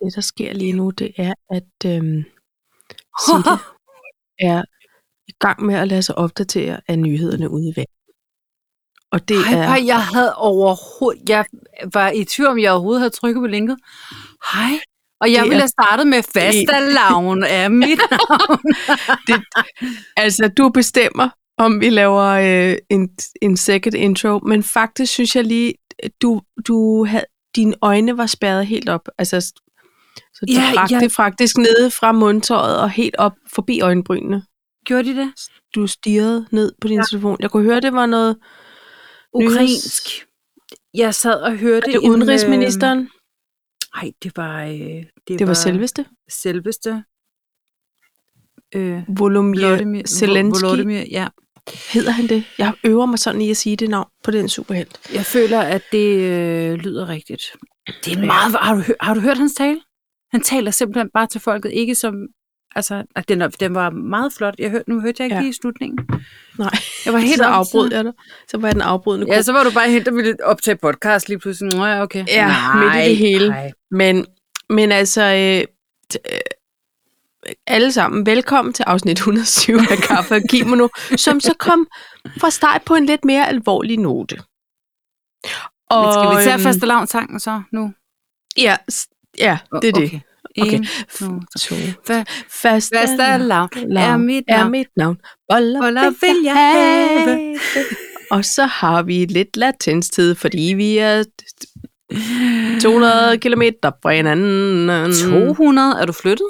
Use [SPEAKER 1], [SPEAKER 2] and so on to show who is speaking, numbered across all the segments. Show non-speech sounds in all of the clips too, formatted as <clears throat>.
[SPEAKER 1] Det, der sker lige nu, det er, at øhm, Sitte
[SPEAKER 2] <laughs>
[SPEAKER 1] er i gang med at lade sig opdatere af nyhederne ude i verden. Og det
[SPEAKER 2] Hej,
[SPEAKER 1] er...
[SPEAKER 2] hej, jeg havde overhovedet, jeg var i tvivl om, jeg overhovedet havde trykket på linket. Hej. Og jeg
[SPEAKER 1] Det
[SPEAKER 2] ville
[SPEAKER 1] er-
[SPEAKER 2] have startet med
[SPEAKER 1] <laughs>
[SPEAKER 2] fastalavn af mit
[SPEAKER 1] Altså, du bestemmer, om vi laver øh, en, en second intro, men faktisk synes jeg lige, du, du havde, dine øjne var spærret helt op. Altså, så du
[SPEAKER 2] Ja,
[SPEAKER 1] ja, bragte
[SPEAKER 2] ja.
[SPEAKER 1] ja. faktisk nede fra mundtøjet og helt op forbi øjenbrynene.
[SPEAKER 2] Gjorde de det?
[SPEAKER 1] Du stirrede ned på din ja. telefon. Jeg kunne høre, det var noget... Nyheds-
[SPEAKER 2] Ukrainsk. Jeg sad og
[SPEAKER 1] Var
[SPEAKER 2] hørte...
[SPEAKER 1] det
[SPEAKER 2] en, øh,
[SPEAKER 1] udenrigsministeren?
[SPEAKER 2] Nej, det var... Øh, det,
[SPEAKER 1] Det var selveste.
[SPEAKER 2] Selveste. Øh,
[SPEAKER 1] Volodymyr
[SPEAKER 2] Volodymyr.
[SPEAKER 1] Zelensky.
[SPEAKER 2] Volodymyr, ja.
[SPEAKER 1] Hedder han det? Jeg øver mig sådan i at sige det navn på den superhelt.
[SPEAKER 2] Jeg føler, at det øh, lyder rigtigt. Det er en meget... Har du, hø- har du hørt hans tale? Han taler simpelthen bare til folket, ikke som... Altså, at den, er- den var meget flot. Jeg hørte, nu hørte jeg ikke
[SPEAKER 1] Ja.
[SPEAKER 2] ja. lige i slutningen.
[SPEAKER 1] Nej,
[SPEAKER 2] Jeg var
[SPEAKER 1] helt
[SPEAKER 2] helt
[SPEAKER 1] så
[SPEAKER 2] oppe i
[SPEAKER 1] afbrød
[SPEAKER 2] tiden.
[SPEAKER 1] jeg dig. Så var jeg den afbrydende
[SPEAKER 2] Ja, så var du bare helt og ville optage podcast lige pludselig. Nå ja, okay.
[SPEAKER 1] Ja, midt i det hele.
[SPEAKER 2] Nej.
[SPEAKER 1] Men, men altså, øh, t- øh, alle sammen, velkommen til afsnit 107 af Kaffe og <laughs> Kimono, som så kom fra start på en lidt mere alvorlig note. Og,
[SPEAKER 2] Men skal vi tage
[SPEAKER 1] øhm,
[SPEAKER 2] faste lavn så nu?
[SPEAKER 1] Ja, s- ja det er det. Okay.
[SPEAKER 2] Okay.
[SPEAKER 1] Okay.
[SPEAKER 2] En, to,
[SPEAKER 1] Så.
[SPEAKER 2] Fa-
[SPEAKER 1] Faste
[SPEAKER 2] Faste lavn er mit
[SPEAKER 1] er
[SPEAKER 2] navn.
[SPEAKER 1] mit navn. Boller,
[SPEAKER 2] Boller vil jeg have.
[SPEAKER 1] Og så har vi lidt latinstid, fordi vi er 200 km fra hinanden.
[SPEAKER 2] 200. Er du flyttet?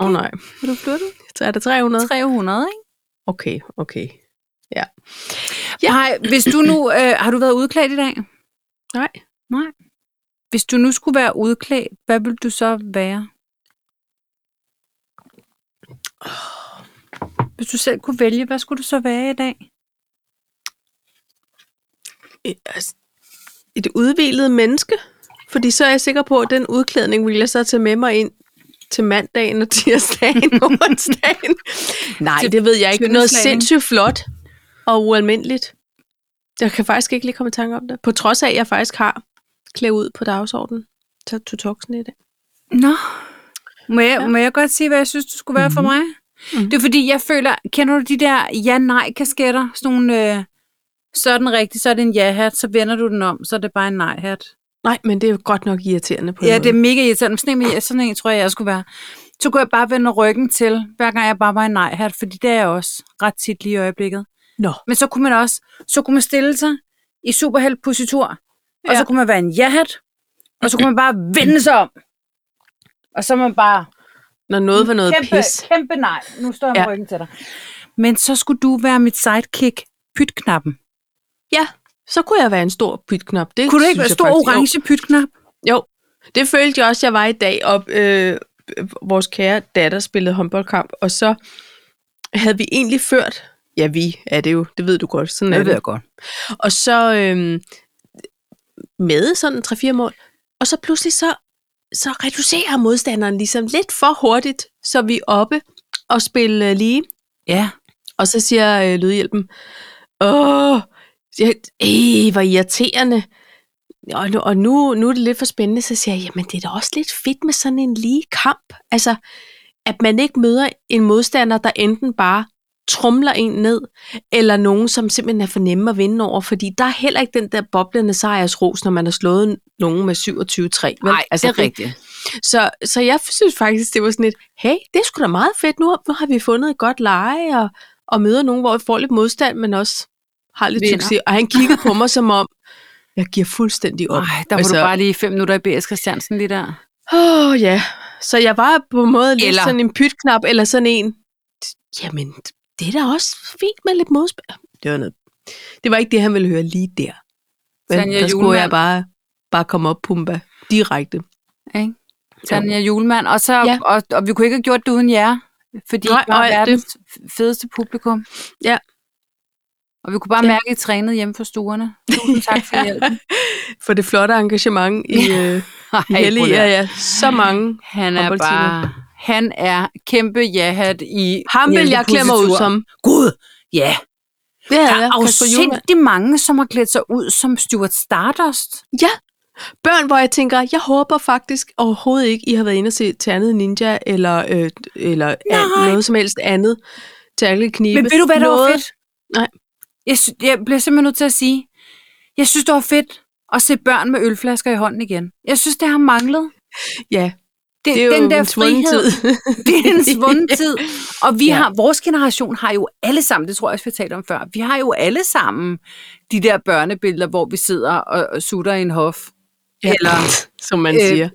[SPEAKER 1] Åh oh, nej,
[SPEAKER 2] Mm. Er du flyttet?
[SPEAKER 1] så er der 300.
[SPEAKER 2] 300, ikke?
[SPEAKER 1] Okay, okay. Ja.
[SPEAKER 2] Ja. Nej, hvis du nu... Øh, har du været udklædt i dag?
[SPEAKER 1] Nej.
[SPEAKER 2] Nej. Hvis du nu skulle være udklædt, hvad ville du så være? Hvis du selv kunne vælge, hvad skulle du så være i dag?
[SPEAKER 1] Et, altså, et udvilet menneske. Fordi så er jeg sikker på, at den udklædning vil jeg så tage med mig ind til mandagen og tirsdagen <laughs> og onsdagen. Nej,
[SPEAKER 2] Til-
[SPEAKER 1] det ved jeg ikke.
[SPEAKER 2] til
[SPEAKER 1] Noget
[SPEAKER 2] udslagning.
[SPEAKER 1] sindssygt flot og ualmindeligt. Jeg kan faktisk ikke lige komme i tanke om det. På trods af, at jeg faktisk har klædt ud på dagsordenen. Så to toksen i dag.
[SPEAKER 2] Nå. Må jeg,
[SPEAKER 1] Ja.
[SPEAKER 2] ja. må jeg godt sige, hvad jeg synes, du skulle være mm-hmm. for mig?
[SPEAKER 1] Mhm.
[SPEAKER 2] Mm-hmm. Det er fordi, jeg føler... Kender du de der ja-nej-kasketter? Sådan nogle... Øh, så er den rigtig, så er det en ja-hat, så vender du den om, så er det bare en nej-hat.
[SPEAKER 1] Nej, men det er jo godt nok irriterende på en
[SPEAKER 2] Ja, det er
[SPEAKER 1] måde.
[SPEAKER 2] mega irriterende. Sådan en, med- sådan en tror jeg, jeg skulle være. Så kunne jeg bare vende ryggen til, hver gang jeg bare var en nej-hat, fordi det er jeg også ret tit lige i øjeblikket.
[SPEAKER 1] Nå.
[SPEAKER 2] Men så kunne man også, så kunne man stille sig i superheld-positur, og
[SPEAKER 1] Ja.
[SPEAKER 2] så kunne man være en ja-hat, og så kunne man bare vende sig om. Og så er man bare,
[SPEAKER 1] Når noget var noget
[SPEAKER 2] kæmpe,
[SPEAKER 1] pis.
[SPEAKER 2] kæmpe nej, nu står jeg med
[SPEAKER 1] Ja.
[SPEAKER 2] ja. ryggen til dig. Men så skulle du være mit sidekick, pytknappen.
[SPEAKER 1] Ja, så kunne jeg være en stor pytknop. Det
[SPEAKER 2] Kunne du ikke
[SPEAKER 1] synes
[SPEAKER 2] være
[SPEAKER 1] jeg
[SPEAKER 2] stor
[SPEAKER 1] faktisk- Jo.
[SPEAKER 2] orange pytknap?
[SPEAKER 1] Jo, det følte jeg også, jeg var i dag op. Øh, vores kære datter spillede håndboldkamp, og så havde vi egentlig ført, ja vi er det jo, det ved du godt, sådan er det.
[SPEAKER 2] godt.
[SPEAKER 1] Og så øh, med sådan 3-4 mål, og så pludselig så, så reducerer modstanderen ligesom lidt for hurtigt, så vi er oppe og spille øh, lige.
[SPEAKER 2] Ja.
[SPEAKER 1] Og så siger øh, lydhjælpen, åh, ja, øh, hvor irriterende. Og, nu- og nu, nu er det lidt for spændende, så siger jeg, jamen det er da også lidt fedt med sådan en lige kamp. Altså, at man ikke møder en modstander, der enten bare trumler en ned, eller nogen, som simpelthen er for nemme at vinde over, fordi der er heller ikke den der boblende sejrsros, når man har slået nogen med 27-3. vel?
[SPEAKER 2] Nej, altså, det er rigtigt.
[SPEAKER 1] Så, så jeg synes faktisk, det var sådan et, hey, det er sgu da meget fedt, nu, nu har vi fundet et godt leje, og, og møder nogen, hvor vi får lidt modstand, men også har lidt
[SPEAKER 2] Vinder.
[SPEAKER 1] succes. Og han kiggede på mig som om, jeg giver fuldstændig op.
[SPEAKER 2] Nej, der var altså, du bare lige fem minutter i B.S. Christiansen lige der.
[SPEAKER 1] Åh, oh, ja. Så jeg var på en måde lidt
[SPEAKER 2] Eller-
[SPEAKER 1] sådan en pytknap, eller sådan en, jamen, det er da også fint med lidt modspil. Det var, noget. det var ikke det, han ville høre lige der. Men
[SPEAKER 2] Tanja
[SPEAKER 1] der skulle
[SPEAKER 2] Julemand.
[SPEAKER 1] jeg bare, bare komme op, pumpa, direkte.
[SPEAKER 2] Ikke? Tanja Julemand. Og, så,
[SPEAKER 1] Ja.
[SPEAKER 2] ja. og, og vi kunne ikke have gjort det uden jer, fordi
[SPEAKER 1] Nej,
[SPEAKER 2] Nej, I
[SPEAKER 1] og
[SPEAKER 2] var
[SPEAKER 1] alt
[SPEAKER 2] verdens det. fedeste publikum.
[SPEAKER 1] Ja.
[SPEAKER 2] Og vi kunne bare
[SPEAKER 1] Ja.
[SPEAKER 2] ja. mærke, at I trænede hjemme for stuerne. Tusind tak
[SPEAKER 1] <laughs>
[SPEAKER 2] for hjælpen.
[SPEAKER 1] For det flotte engagement i... Øh,
[SPEAKER 2] Ej,
[SPEAKER 1] Hellig,
[SPEAKER 2] prøv
[SPEAKER 1] ja,
[SPEAKER 2] at-
[SPEAKER 1] ja. Så mange.
[SPEAKER 2] Han er
[SPEAKER 1] Håndboldtimer.
[SPEAKER 2] bare... Han er kæmpe ja-hat i...
[SPEAKER 1] Ham vil jeg klæde mig ud
[SPEAKER 2] hjælpepositur.
[SPEAKER 1] som.
[SPEAKER 2] Gud, ja.
[SPEAKER 1] Det
[SPEAKER 2] Der er jo
[SPEAKER 1] Kasper Hjulmand.
[SPEAKER 2] sindssygt mange, som har klædt sig ud som Stuart Stardust.
[SPEAKER 1] Ja, Børn, hvor jeg tænker, jeg håber faktisk overhovedet ikke, I har været inde og se Ternet Ninja, eller, øh, eller
[SPEAKER 2] Nej.
[SPEAKER 1] an, noget som helst andet. Ternet Knibe.
[SPEAKER 2] Men ved du, hvad der var
[SPEAKER 1] Noget-
[SPEAKER 2] fedt?
[SPEAKER 1] Nej.
[SPEAKER 2] Jeg, sy- jeg bliver simpelthen nødt til at sige, jeg synes, det var fedt at se børn med ølflasker i hånden igen. Jeg synes, det har manglet.
[SPEAKER 1] Ja,
[SPEAKER 2] Det,
[SPEAKER 1] det er jo
[SPEAKER 2] den der
[SPEAKER 1] en svunden
[SPEAKER 2] frihed,
[SPEAKER 1] tid.
[SPEAKER 2] <laughs> det er en
[SPEAKER 1] <laughs>
[SPEAKER 2] svunden tid. Og vi
[SPEAKER 1] Ja.
[SPEAKER 2] ja. har, vores generation har jo alle sammen, det tror jeg også, vi har talt om før, vi har jo alle sammen de der børnebilleder, hvor vi sidder og, og sutter i en hof. <laughs>
[SPEAKER 1] ja.
[SPEAKER 2] Eller-
[SPEAKER 1] som man
[SPEAKER 2] Øh,
[SPEAKER 1] siger.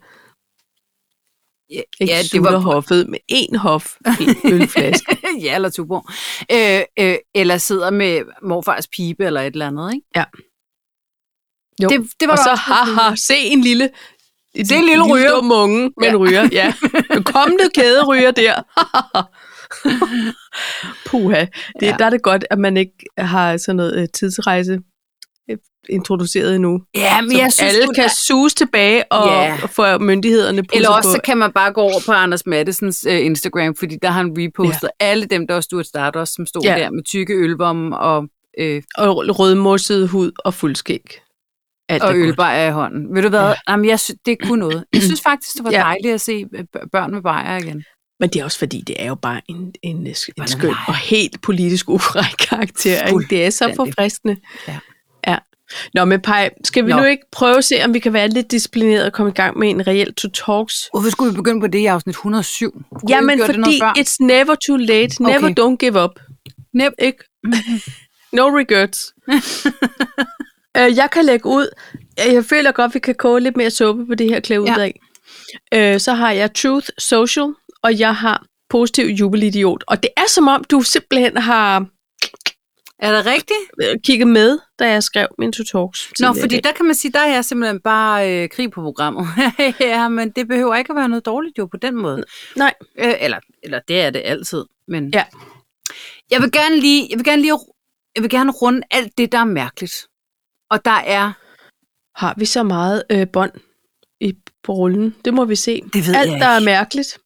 [SPEAKER 2] Ja,
[SPEAKER 1] Ikke ja, det var hoffet med én hof i en ølflaske.
[SPEAKER 2] ja, eller Tuborg. Øh, øh, eller sidder med morfars pibe eller et eller andet, ikke?
[SPEAKER 1] Ja. Jo,
[SPEAKER 2] Det, det var
[SPEAKER 1] og
[SPEAKER 2] der
[SPEAKER 1] så
[SPEAKER 2] også lidt
[SPEAKER 1] haha, se en lille
[SPEAKER 2] Se en lille ryger.
[SPEAKER 1] dum unge, men
[SPEAKER 2] Ja.
[SPEAKER 1] ryger,
[SPEAKER 2] <laughs>
[SPEAKER 1] ja. En kommende kæde ryger der. Puha. Det,
[SPEAKER 2] Ja.
[SPEAKER 1] ja. Der er det godt, at man ikke har sådan noget øh, tidsrejse øh, introduceret endnu.
[SPEAKER 2] Ja, men
[SPEAKER 1] Så
[SPEAKER 2] jeg synes,
[SPEAKER 1] alle
[SPEAKER 2] sgu,
[SPEAKER 1] kan
[SPEAKER 2] der-
[SPEAKER 1] suse tilbage og
[SPEAKER 2] Ja.
[SPEAKER 1] ja. få myndighederne på.
[SPEAKER 2] Eller også så
[SPEAKER 1] på.
[SPEAKER 2] kan man bare gå over på Anders Mattesens øh, Instagram, fordi der har han repostet ja. alle dem, der også stod Stardust, som stod ja.
[SPEAKER 1] Ja.
[SPEAKER 2] der med tykke ølbommer og, øh,
[SPEAKER 1] Og rødmosset hud og fuldskæg. Alt
[SPEAKER 2] og
[SPEAKER 1] er godt.
[SPEAKER 2] ølbejer i hånden. Ved du hvad? Ja.
[SPEAKER 1] Ja.
[SPEAKER 2] Jamen, jeg sy- det kunne noget. Jeg synes faktisk, det var
[SPEAKER 1] Ja.
[SPEAKER 2] dejligt at se øh, b- børn med bajer igen.
[SPEAKER 1] Men det er også fordi, det er jo bare en, en, en
[SPEAKER 2] noget
[SPEAKER 1] skøn
[SPEAKER 2] leg.
[SPEAKER 1] og helt politisk ukorrekt karakter. Ikke? Det er så
[SPEAKER 2] Fuldstændig.
[SPEAKER 1] forfriskende.
[SPEAKER 2] Ja.
[SPEAKER 1] ja. Nå, men Paj, skal vi
[SPEAKER 2] Nå.
[SPEAKER 1] Nå. nu ikke prøve at se, om vi kan være lidt disciplineret og komme i gang med en reelt to talks?
[SPEAKER 2] Hvorfor skulle vi begynde på det i afsnit 107? Kunne vi ikke
[SPEAKER 1] Jamen,
[SPEAKER 2] gøre det noget
[SPEAKER 1] fordi
[SPEAKER 2] før?
[SPEAKER 1] it's never too late. Never
[SPEAKER 2] Okay.
[SPEAKER 1] don't give up.
[SPEAKER 2] Nep.
[SPEAKER 1] <laughs> Ikke? no regrets. <laughs> øh, jeg kan lægge ud. Jeg føler godt, vi kan koge lidt mere suppe på det her klæde
[SPEAKER 2] Ja.
[SPEAKER 1] ud af. Øh, så har jeg Truth Social, og jeg har Positiv Jubelidiot. Og det er som om, du simpelthen har
[SPEAKER 2] Er det rigtigt?
[SPEAKER 1] øh, kigget med, da jeg skrev min to talks.
[SPEAKER 2] Nå,
[SPEAKER 1] tidligere i
[SPEAKER 2] fordi
[SPEAKER 1] dag.
[SPEAKER 2] der kan man sige, der er jeg simpelthen bare øh, krig på programmet. <laughs> ja, men det behøver ikke at være noget dårligt jo på den måde.
[SPEAKER 1] Nej.
[SPEAKER 2] Øh, eller, eller det er det altid. Men
[SPEAKER 1] Ja.
[SPEAKER 2] Jeg vil gerne lige, jeg vil gerne lige, jeg vil gerne runde alt det, der er mærkeligt. Og der er,
[SPEAKER 1] Har vi så meget øh, bånd i, på rullen? Det må vi se.
[SPEAKER 2] Det ved
[SPEAKER 1] Alt,
[SPEAKER 2] jeg
[SPEAKER 1] der er
[SPEAKER 2] ikke.
[SPEAKER 1] mærkeligt.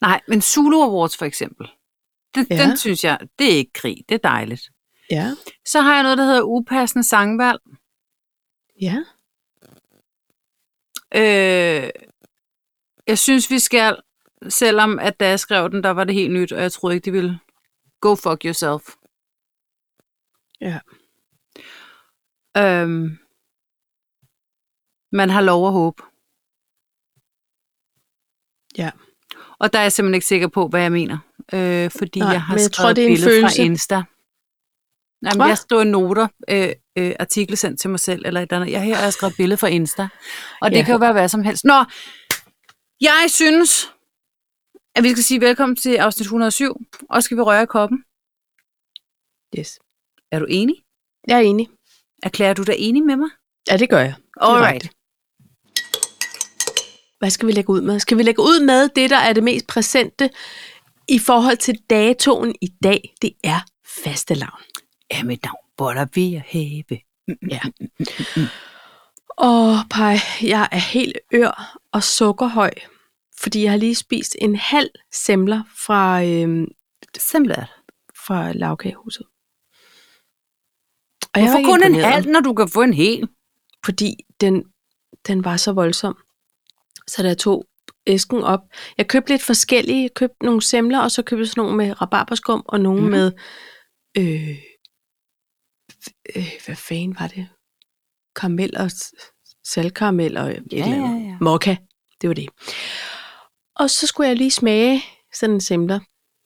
[SPEAKER 2] nej, men Zulu Awards for eksempel. Den, ja.
[SPEAKER 1] Ja.
[SPEAKER 2] den synes jeg, det er ikke krig, det er dejligt.
[SPEAKER 1] Ja,
[SPEAKER 2] Så har jeg noget, der hedder upassende sangvalg.
[SPEAKER 1] ja.
[SPEAKER 2] Øh, jeg synes, vi skal, selvom at da jeg skrev den, der var det helt nyt, og jeg troede ikke, de ville go fuck yourself.
[SPEAKER 1] Ja.
[SPEAKER 2] Øhm, man har lov at håbe.
[SPEAKER 1] Ja.
[SPEAKER 2] Og der er jeg simpelthen ikke sikker på, hvad jeg mener. Øh, fordi
[SPEAKER 1] Nej,
[SPEAKER 2] jeg har
[SPEAKER 1] men jeg
[SPEAKER 2] skrevet
[SPEAKER 1] tror, det er en
[SPEAKER 2] billede fra
[SPEAKER 1] følelse.
[SPEAKER 2] Insta. Nej, men
[SPEAKER 1] Hva?
[SPEAKER 2] jeg skriver noter, øh, øh, artikler sendt til mig selv, eller et eller andet. Jeg her har jeg skrevet billede fra Insta. Og det ja.
[SPEAKER 1] Ja.
[SPEAKER 2] kan jo være hvad som helst. Nå, jeg synes, at vi skal sige velkommen til afsnit 107. Og skal vi røre i koppen.
[SPEAKER 1] Yes.
[SPEAKER 2] Er du enig?
[SPEAKER 1] Jeg er enig.
[SPEAKER 2] Erklærer du dig enig med mig?
[SPEAKER 1] Ja, det gør jeg.
[SPEAKER 2] Alright.
[SPEAKER 1] Hvad skal vi lægge ud med? Skal vi lægge ud med det, der er det mest præsente i forhold til datoen i dag? Det er fastelavn.
[SPEAKER 2] Ja, mit navn Boller vi at have.
[SPEAKER 1] Åh, Paj, jeg er helt ør og sukkerhøj, fordi jeg har lige spist en halv semler fra, øhm,
[SPEAKER 2] Simpelthen.
[SPEAKER 1] fra lavkagehuset. Og
[SPEAKER 2] Hvorfor
[SPEAKER 1] var
[SPEAKER 2] kun en
[SPEAKER 1] imponeret,
[SPEAKER 2] halv, når du kan få en hel?
[SPEAKER 1] Fordi den, den var så voldsom. Så da jeg tog æsken op. Jeg købte lidt forskellige. Jeg købte nogle semler, og så købte jeg sådan nogle med rabarberskum, og nogle
[SPEAKER 2] Mhm.
[SPEAKER 1] mm. med... Øh, øh, hvad fanden var det? Karamel og s- saltkaramel og et
[SPEAKER 2] Ja,
[SPEAKER 1] eller andet.
[SPEAKER 2] ja, ja.
[SPEAKER 1] Mokka, det var det. Og så skulle jeg lige smage sådan en semler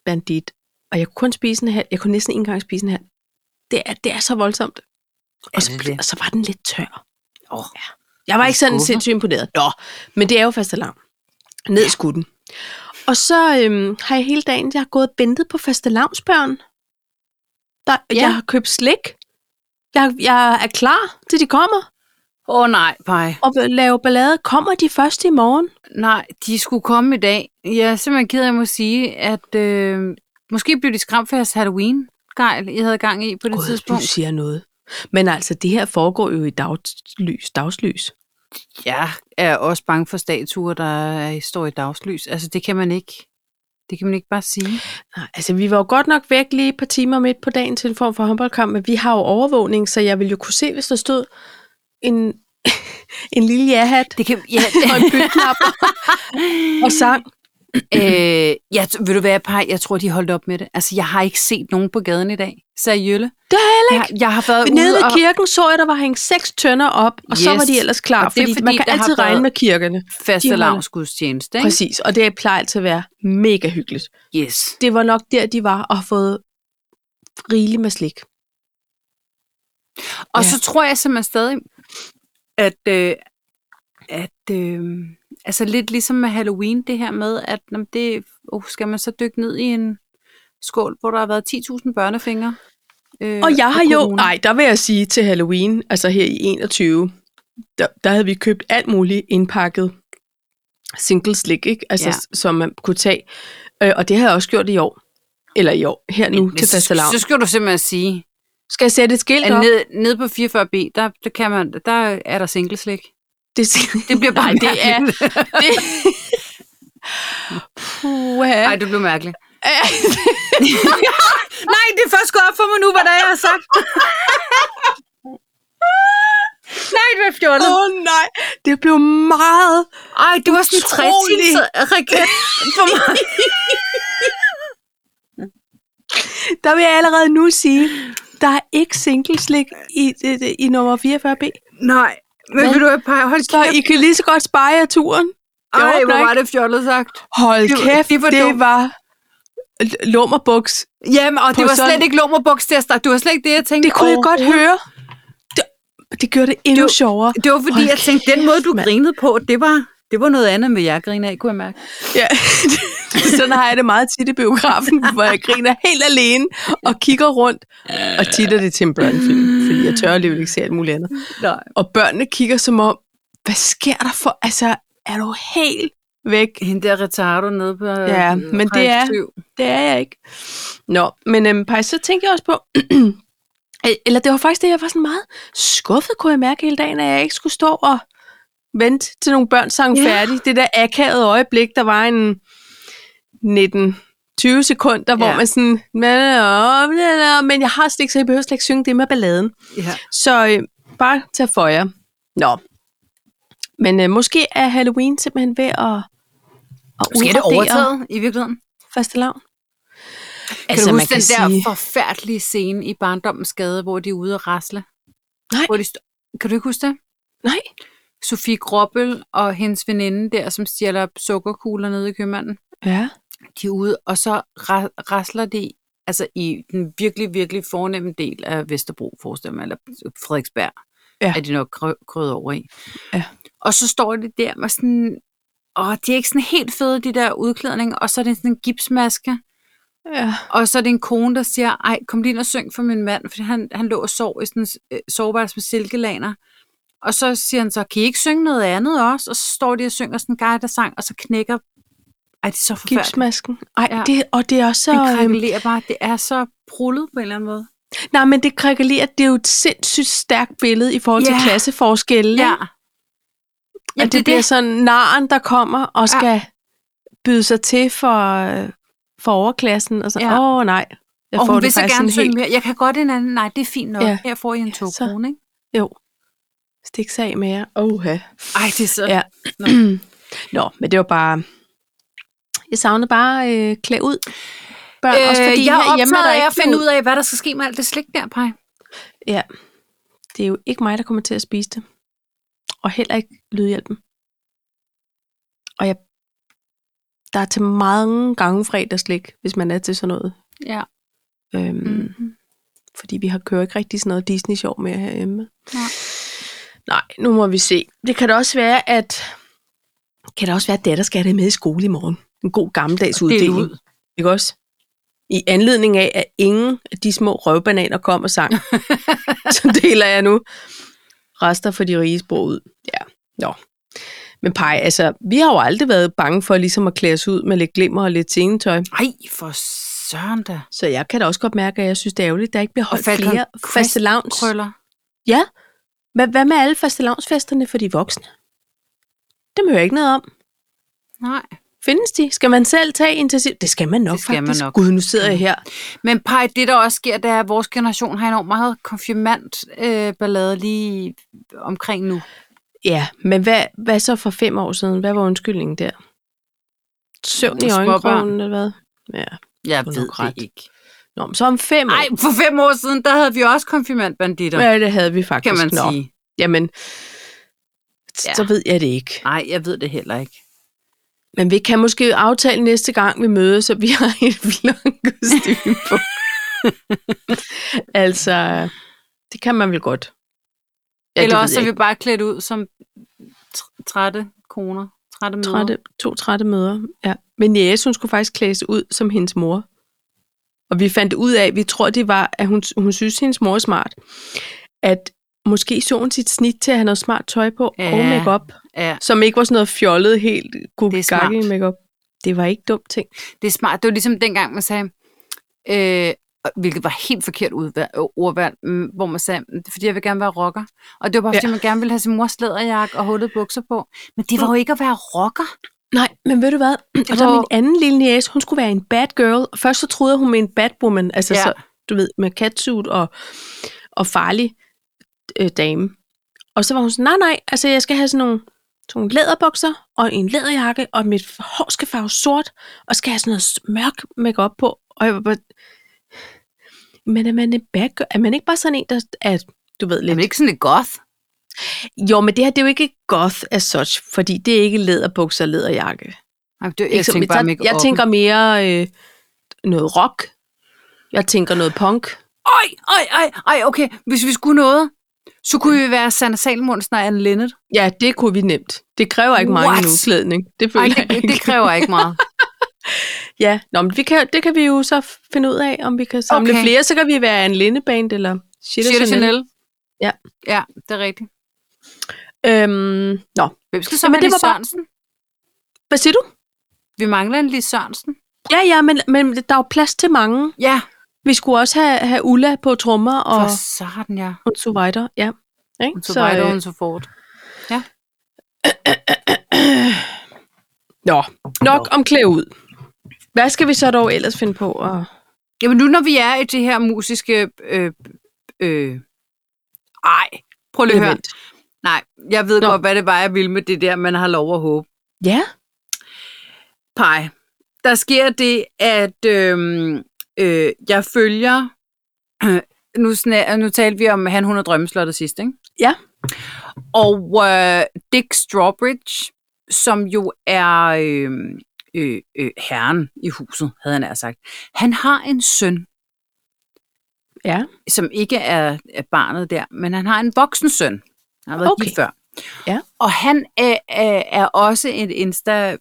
[SPEAKER 1] bandit. Og jeg kunne kun spise en halv. Jeg kunne næsten ikke engang spise en halv. Det er, det er så voldsomt. Og så,
[SPEAKER 2] Er det det?
[SPEAKER 1] og så var den lidt tør.
[SPEAKER 2] Åh.
[SPEAKER 1] Ja. Jeg var
[SPEAKER 2] Er
[SPEAKER 1] ikke
[SPEAKER 2] du
[SPEAKER 1] sådan
[SPEAKER 2] skuffet?
[SPEAKER 1] sindssygt imponeret. Nå, men det er jo fast alarm. Ned ja. skudden. Og så øhm, har jeg hele dagen, jeg har gået og ventet på faste lavnsbørn. Der, ja. Jeg har købt slik. Jeg, jeg er klar, til de kommer.
[SPEAKER 2] Åh oh, nej, Paj.
[SPEAKER 1] Og vil lave ballade. Kommer de først i morgen?
[SPEAKER 2] Nej, de skulle komme i dag. Jeg er simpelthen ked af, at jeg må sige, at øh, måske blev de skræmt for jeres Halloween-gejl, I havde gang i på det
[SPEAKER 1] Gud,
[SPEAKER 2] tidspunkt.
[SPEAKER 1] du siger noget. Men altså, det her foregår jo i dagslys. dagslys.
[SPEAKER 2] Jeg er også bange for statuer, der er- står i dagslys. Altså, det kan man ikke. Det kan man ikke bare sige.
[SPEAKER 1] Nej, altså, vi var jo godt nok væk lige et par timer midt på dagen til en <laughs> form for håndboldkamp, men vi har jo overvågning, så jeg ville jo kunne se, hvis der stod en en lille ja-hat
[SPEAKER 2] Det kan, <laughs> ja,
[SPEAKER 1] og en <laughs> bytknap og sang.
[SPEAKER 2] øh, jeg, ved du hvad, par, jeg tror, de holdt op med det. Altså, jeg har ikke set nogen på gaden i dag, sagde Jølle.
[SPEAKER 1] Det har jeg
[SPEAKER 2] Jeg, har- jeg har været
[SPEAKER 1] Nede
[SPEAKER 2] ude
[SPEAKER 1] i
[SPEAKER 2] og...
[SPEAKER 1] kirken så jeg, der var hængt seks tønder op, og så
[SPEAKER 2] Yes.
[SPEAKER 1] var de ellers klar,
[SPEAKER 2] Og det er
[SPEAKER 1] fordi,
[SPEAKER 2] fordi,
[SPEAKER 1] man kan
[SPEAKER 2] der har
[SPEAKER 1] altid regne
[SPEAKER 2] været-
[SPEAKER 1] med kirkerne.
[SPEAKER 2] faste
[SPEAKER 1] De holder-
[SPEAKER 2] lavnsgudstjeneste, ikke?
[SPEAKER 1] Præcis, og det plejer altid at være mega hyggeligt.
[SPEAKER 2] Yes.
[SPEAKER 1] Det var nok der, de var og har fået rigeligt med slik.
[SPEAKER 2] Og
[SPEAKER 1] Ja.
[SPEAKER 2] ja. så tror jeg simpelthen stadig, at, øh, at øh, altså lidt ligesom med Halloween, det her med, at om det, uh, skal man så dykke ned i en skål, hvor der har været 10.000 børnefingre? Øh,
[SPEAKER 1] Og jeg har jo,
[SPEAKER 2] corona?
[SPEAKER 1] nej, der vil jeg sige til Halloween, altså her i 21, der, der havde vi købt alt muligt indpakket single slik, ikke? Altså,
[SPEAKER 2] Ja.
[SPEAKER 1] ja. som man kunne tage. Øh, og det har jeg også gjort i år. Eller i år, her nu
[SPEAKER 2] Men
[SPEAKER 1] men, til
[SPEAKER 2] så-
[SPEAKER 1] fastelavn.
[SPEAKER 2] Så skal du simpelthen sige,
[SPEAKER 1] Skal jeg sætte et skilt
[SPEAKER 2] at
[SPEAKER 1] op?
[SPEAKER 2] ned, ned på 44B, der, der, kan man, der er der singleslik.
[SPEAKER 1] Det,
[SPEAKER 2] Det bliver bare <laughs>
[SPEAKER 1] Nej, det er-
[SPEAKER 2] mærkeligt.
[SPEAKER 1] det, Puha.
[SPEAKER 2] Nej, det blev mærkeligt. <laughs> Nej, det er først gået op for mig nu, hvad der er, jeg har <laughs> sagt. Nej, det var fjollet.
[SPEAKER 1] Åh oh, nej, det blev meget.
[SPEAKER 2] Ej, det var sådan en
[SPEAKER 1] Utrolig.
[SPEAKER 2] raket for mig.
[SPEAKER 1] Der vil jeg allerede nu sige, der er ikke single slik i, i, i nummer 44B.
[SPEAKER 2] <laughs> Nej, men
[SPEAKER 1] Hvad?
[SPEAKER 2] vil du have pege? Hold
[SPEAKER 1] Så I kan lige så godt spare jer turen. Jeg
[SPEAKER 2] Ej,
[SPEAKER 1] åbner
[SPEAKER 2] hvor var
[SPEAKER 1] ikke.
[SPEAKER 2] det fjollet sagt.
[SPEAKER 1] Hold
[SPEAKER 2] Det var-
[SPEAKER 1] kæft,
[SPEAKER 2] det var
[SPEAKER 1] det
[SPEAKER 2] dumt.
[SPEAKER 1] var l- lummerbuks.
[SPEAKER 2] Jamen, og
[SPEAKER 1] På
[SPEAKER 2] det var
[SPEAKER 1] sådan-
[SPEAKER 2] slet ikke lummerbuks til at starte. Det var slet ikke det, jeg tænkte.
[SPEAKER 1] Det kunne jeg godt høre. Det, det gjorde det endnu
[SPEAKER 2] Det-
[SPEAKER 1] sjovere.
[SPEAKER 2] Det var fordi,
[SPEAKER 1] Hold
[SPEAKER 2] jeg tænkte, den måde, du
[SPEAKER 1] kæft, mand.
[SPEAKER 2] grinede på, det var, det var noget andet, end hvad jeg grinede af, kunne jeg mærke.
[SPEAKER 1] <laughs> Ja. <laughs> Sådan har jeg det meget tit i biografen, hvor jeg griner helt alene og kigger rundt. Og tit er det til en børnefilm, fordi jeg tør alligevel ikke se alt muligt andet.
[SPEAKER 2] Nej.
[SPEAKER 1] Og børnene kigger som om, hvad sker der for? Altså, er du helt væk?
[SPEAKER 2] Hende der retardo nede på...
[SPEAKER 1] Ja, men det er- Det er jeg ikke. Nå, men øhm, Paj, så tænkte jeg også på, <clears throat> eller det var faktisk det, jeg var sådan meget skuffet, kunne jeg mærke hele dagen, at jeg ikke skulle stå og vente til nogle børn sang
[SPEAKER 2] Ja.
[SPEAKER 1] ja. færdig. Det der akavede øjeblik, der var en 19 20 sekunder, hvor
[SPEAKER 2] Ja.
[SPEAKER 1] man sådan, "Blablabla", men jeg har slet ikke, så jeg behøver slet ikke synge det med balladen.
[SPEAKER 2] Ja.
[SPEAKER 1] Så øh, bare tag for jer. Nå. Men øh, måske er Halloween simpelthen ved at, at
[SPEAKER 2] Måske er det
[SPEAKER 1] udradere
[SPEAKER 2] overtaget i virkeligheden.
[SPEAKER 1] fastelavn.
[SPEAKER 2] Kan altså, du huske den der sige... forfærdelige scene i Barndommens Gade, hvor de er ude at rasle?
[SPEAKER 1] Nej.
[SPEAKER 2] Hvor de st- kan du ikke huske det?
[SPEAKER 1] Nej.
[SPEAKER 2] Sofie Gråbøl og hendes veninde der, som stjæler sukkerkugler nede i købmanden.
[SPEAKER 1] Ja.
[SPEAKER 2] De er ude, og så ra- rasler de altså i den virkelig, virkelig fornemme del af Vesterbro, forestiller mig, eller Frederiksberg,
[SPEAKER 1] Ja.
[SPEAKER 2] er de nok krø- krød over i.
[SPEAKER 1] Ja.
[SPEAKER 2] Og så står de der med sådan, og de er ikke sådan helt fede, de der udklædninger, og så er det sådan en gipsmaske,
[SPEAKER 1] ja.
[SPEAKER 2] og så er det en kone, der siger, ej, kom lige ind og syng for min mand, fordi han, han lå og sov i sådan en s- øh, soveværelse med silkelaner. Og så siger han så, kan I ikke synge noget andet også? Og så står de og synger sådan en guy, der sang, og så knækker... Ej, det er så forfærdeligt.
[SPEAKER 1] Gipsmasken. Ej,
[SPEAKER 2] Ja.
[SPEAKER 1] ja. det, og det er også
[SPEAKER 2] Det
[SPEAKER 1] så... Øhm,
[SPEAKER 2] krakelerer bare. Det er så prullet på en eller anden måde.
[SPEAKER 1] nej, men det krakelerer, det er jo et sindssygt stærkt billede i forhold til
[SPEAKER 2] Ja.
[SPEAKER 1] klasseforskelle.
[SPEAKER 2] Ja.
[SPEAKER 1] ikke?
[SPEAKER 2] Ja,
[SPEAKER 1] at det, det bliver sådan naren, der kommer og skal ja. byde sig til for, øh, for overklassen. Og så, åh
[SPEAKER 2] Ja.
[SPEAKER 1] ja. oh, nej, jeg
[SPEAKER 2] og
[SPEAKER 1] får
[SPEAKER 2] hun
[SPEAKER 1] det
[SPEAKER 2] vil så
[SPEAKER 1] faktisk sådan
[SPEAKER 2] gerne synge
[SPEAKER 1] helt
[SPEAKER 2] mere. Jeg kan godt en anden. Nej, det er fint nok.
[SPEAKER 1] Ja.
[SPEAKER 2] Her får I en
[SPEAKER 1] Ja,
[SPEAKER 2] to
[SPEAKER 1] så-
[SPEAKER 2] krone, ikke?
[SPEAKER 1] stik sag med jer. Oha.
[SPEAKER 2] Ej, det er så...
[SPEAKER 1] Ja. Nå, men det var bare... Jeg savnede bare øh, klæde ud. Børn, øh, også fordi
[SPEAKER 2] jeg er
[SPEAKER 1] her hjemme er
[SPEAKER 2] optaget
[SPEAKER 1] der
[SPEAKER 2] af
[SPEAKER 1] ikke
[SPEAKER 2] at finde
[SPEAKER 1] klæde
[SPEAKER 2] ud af, hvad der skal ske med alt det slik der, Paj.
[SPEAKER 1] Ja. Det er jo ikke mig, der kommer til at spise det. Og heller ikke lydhjælpen. Og jeg, der er til mange gange fredagslik, hvis man er til sådan noget.
[SPEAKER 2] Ja.
[SPEAKER 1] Øhm, mm.
[SPEAKER 2] Mm.
[SPEAKER 1] Fordi vi har kører ikke rigtig sådan noget Disney-sjov mere herhjemme.
[SPEAKER 2] Nej.
[SPEAKER 1] Nej, nu må vi se. Det kan da også være, at kan det også være, at datter skal have det med i skole i morgen. En god gammeldags
[SPEAKER 2] Del
[SPEAKER 1] uddeling.
[SPEAKER 2] ud.
[SPEAKER 1] Ikke også? I anledning af, at ingen af de små røvbananer kom og
[SPEAKER 2] <laughs>
[SPEAKER 1] sang. så deler jeg nu rester for de rige sprog ud. Ja, nå. Men pej, altså, vi har jo aldrig været bange for ligesom at klæde os ud med lidt glimmer og lidt scenetøj.
[SPEAKER 2] Ej, for søren da.
[SPEAKER 1] Så jeg kan da også godt mærke, at jeg synes, det er ærgerligt, at der ikke bliver holdt
[SPEAKER 2] Falcon
[SPEAKER 1] flere
[SPEAKER 2] Crest-
[SPEAKER 1] faste lavns.
[SPEAKER 2] Krøller.
[SPEAKER 1] Ja, men hvad med alle faste lavnsfesterne for de voksne? Dem hører jeg ikke noget om.
[SPEAKER 2] Nej.
[SPEAKER 1] Findes de? Skal man selv tage initiativ? Det skal man nok
[SPEAKER 2] Det skal man
[SPEAKER 1] faktisk.
[SPEAKER 2] nok. Mm.
[SPEAKER 1] Gud, nu sidder jeg her.
[SPEAKER 2] Men Paj, det der også sker, det er, at vores generation har enormt meget konfirmant øh, ballade lige omkring nu.
[SPEAKER 1] Ja, men hvad, hvad så for fem år siden? Hvad var undskyldningen der? Søvn i
[SPEAKER 2] Småbørn.
[SPEAKER 1] øjenkrogen, eller hvad? Ja.
[SPEAKER 2] Jeg
[SPEAKER 1] Du har
[SPEAKER 2] ved
[SPEAKER 1] nok ret.
[SPEAKER 2] det ikke.
[SPEAKER 1] Nå, men så om fem
[SPEAKER 2] Nej, for fem år siden, der havde vi også konfirmandbanditter,
[SPEAKER 1] år, ja, det havde vi faktisk.
[SPEAKER 2] kan man
[SPEAKER 1] Nå,
[SPEAKER 2] sige.
[SPEAKER 1] Jamen, ja.
[SPEAKER 2] Ja.
[SPEAKER 1] så ved jeg det ikke.
[SPEAKER 2] Nej, jeg ved det heller ikke.
[SPEAKER 1] Men vi kan måske aftale næste gang, vi mødes, at vi <laughs> har et vlogkostyme på. altså, det kan man vel godt.
[SPEAKER 2] Ja, Eller
[SPEAKER 1] det
[SPEAKER 2] også
[SPEAKER 1] ved
[SPEAKER 2] er
[SPEAKER 1] jeg
[SPEAKER 2] vi bare klædt ud som tr- trætte koner. Trætte møder.
[SPEAKER 1] ikke. trætte, to trætte møder. Ja. Men Jæs, hun skulle faktisk klædes ud som hendes mor. Og vi fandt ud af, vi tror det var, at hun, hun synes, hendes mor er smart. At måske så hun sit snit til at have noget smart tøj på ja. og
[SPEAKER 2] Ja.
[SPEAKER 1] makeup,
[SPEAKER 2] Ja,
[SPEAKER 1] som ikke var sådan noget fjollet helt
[SPEAKER 2] Det er smart.
[SPEAKER 1] guggakkelig makeup. Det var ikke dumt ting.
[SPEAKER 2] det er smart. Det var ligesom dengang, man sagde, øh, og- hvilket var helt forkert udvalg, ordvalg, mm, hvor man sagde, "Mm, det er fordi jeg vil gerne være rocker. Og det var bare, fordi man gerne ville have sin mors læderjakke og hullede bukser på. Men det var jo ikke at være rocker.
[SPEAKER 1] Nej, men ved du hvad? <clears throat> Og så
[SPEAKER 2] var-
[SPEAKER 1] min anden lille niece, hun skulle være en bad girl. Og Først så troede jeg, hun med en bad woman, altså ja.
[SPEAKER 2] Ja.
[SPEAKER 1] så, du ved, med catsuit og, og farlig øh, dame. Og så var hun sådan, nej, nej, altså jeg skal have sådan nogle, sådan nogle læderbukser og en læderjakke, og mit hår skal farve sort, og skal have sådan noget mørk makeup på. Og jeg var bare, men er man en bad girl? Er man ikke bare sådan en, der er, du ved, lidt
[SPEAKER 2] Jamen ikke sådan et goth.
[SPEAKER 1] jo, men det her, det er jo ikke goth as such, fordi det er ikke læderbukser og læderjakke.
[SPEAKER 2] Jamen, det, var-
[SPEAKER 1] Ikke
[SPEAKER 2] jeg
[SPEAKER 1] som-
[SPEAKER 2] tænker bare,
[SPEAKER 1] jeg, jeg tænker mere øh, noget rock. Jeg tænker noget punk.
[SPEAKER 2] Oj, oj, oj, oj, okay. Hvis vi skulle noget, så kunne vi være Sanna Salmonsen og Anne Linnet.
[SPEAKER 1] Ja, det kunne vi nemt. Det kræver ikke meget
[SPEAKER 2] What?
[SPEAKER 1] en udklædning. Det føler
[SPEAKER 2] Ej,
[SPEAKER 1] jeg
[SPEAKER 2] det,
[SPEAKER 1] ikke.
[SPEAKER 2] det kræver ikke
[SPEAKER 1] <laughs>
[SPEAKER 2] meget.
[SPEAKER 1] Ja, Nå, men vi kan, det kan vi jo så finde ud af, om vi kan samle
[SPEAKER 2] Okay.
[SPEAKER 1] okay. flere. Så kan vi være en lindeband eller shit
[SPEAKER 2] Shit
[SPEAKER 1] og
[SPEAKER 2] og
[SPEAKER 1] Chanel.
[SPEAKER 2] Chanel.
[SPEAKER 1] Ja.
[SPEAKER 2] Ja, det er rigtigt.
[SPEAKER 1] Øhm, nå,
[SPEAKER 2] Hvem skal så
[SPEAKER 1] Jamen,
[SPEAKER 2] være
[SPEAKER 1] det
[SPEAKER 2] Lis
[SPEAKER 1] var bare-
[SPEAKER 2] Sørensen?
[SPEAKER 1] hvad siger du?
[SPEAKER 2] Vi mangler en Lis Sørensen.
[SPEAKER 1] Ja, ja, men, men der er jo plads til mange.
[SPEAKER 2] Ja,
[SPEAKER 1] Vi skulle også have, have Ulla på trommer og
[SPEAKER 2] for så har den, ja.
[SPEAKER 1] og Survivor. Ja. Ikke?
[SPEAKER 2] Hun tog så, øh...
[SPEAKER 1] øh,
[SPEAKER 2] så fort.
[SPEAKER 1] Nå, nok om klæde ud. Hvad skal vi så dog ellers finde på? at-
[SPEAKER 2] Jamen nu, når vi er i det her musiske... Øh, øh, ej, prøv lige at høre.
[SPEAKER 1] element?
[SPEAKER 2] Nej, jeg ved
[SPEAKER 1] Nå.
[SPEAKER 2] godt, hvad det var, jeg ville med det der, man har lov at håbe.
[SPEAKER 1] Ja.
[SPEAKER 2] Pej. Der sker det, at øhm, øh, jeg følger... <clears throat> nu, sna- nu talte vi om Han, Hun og Drømmeslottet sidst, ikke?
[SPEAKER 1] Ja.
[SPEAKER 2] Og øh, Dick Strawbridge, som jo er øh, øh, øh, herren i huset, havde han nær sagt. Han har en søn,
[SPEAKER 1] Ja.
[SPEAKER 2] som ikke er, er barnet der, men han har en voksen søn. Han har været
[SPEAKER 1] Okay.
[SPEAKER 2] okay. gift før.
[SPEAKER 1] Ja.
[SPEAKER 2] Og han er, er, er også en insta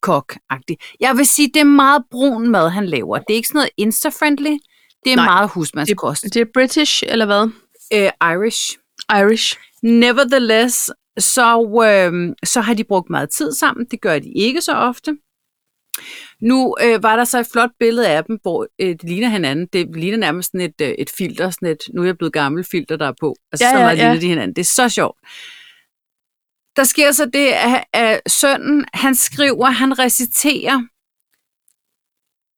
[SPEAKER 2] kok -agtig. Jeg vil sige, det er meget brun mad, han laver. Det er ikke sådan noget insta-friendly. Det er
[SPEAKER 1] Nej.
[SPEAKER 2] Nej, meget husmandskost.
[SPEAKER 1] Det er British, eller hvad?
[SPEAKER 2] Øh, Irish.
[SPEAKER 1] Irish.
[SPEAKER 2] Nevertheless, så, øh, så har de brugt meget tid sammen. Det gør de ikke så ofte. Nu øh, var der så et flot billede af dem, hvor øh, de ligner hinanden. Det ligner nærmest sådan et, øh, et filter, sådan et, nu er jeg blevet gammel filter, der er på. Altså,
[SPEAKER 1] Ja,
[SPEAKER 2] ja, sådan
[SPEAKER 1] ja,
[SPEAKER 2] meget
[SPEAKER 1] ja.
[SPEAKER 2] ligner de hinanden. Det er så sjovt. Der sker så det, at, at sønnen, han skriver, han reciterer.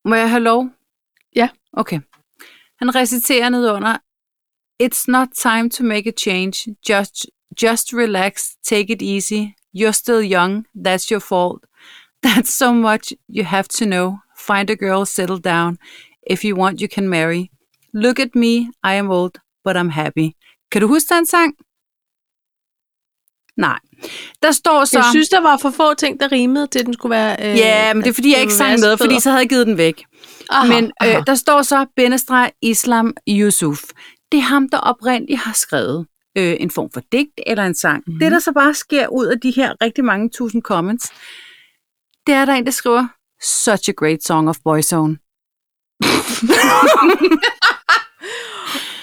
[SPEAKER 2] Må jeg have lov?
[SPEAKER 1] Ja.
[SPEAKER 2] Okay. Han reciterer nedunder, It's not time to make a change. Just, just relax. Take it easy. You're still young. That's your fault. <laughs> That's so much you have to know. Find a girl, settle down. If you want, you can marry. Look at me. I am old, but I'm happy. Kan du huske den sang? Nej. Der står så...
[SPEAKER 1] Jeg synes, der var for få ting, der rimede til, at den skulle være... Øh,
[SPEAKER 2] ja, men det er fordi, jeg ikke sang med, fordi så havde jeg givet den væk.
[SPEAKER 1] Aha,
[SPEAKER 2] Men
[SPEAKER 1] aha.
[SPEAKER 2] øh, der står så bindestreg Islam Yusuf. Det er ham, der oprindeligt har skrevet øh, en form for digt eller en sang. Mm-hmm. Det, der så bare sker ud af de her rigtig mange tusind comments, det er, der er en, der skriver, Such a great song of Boyzone.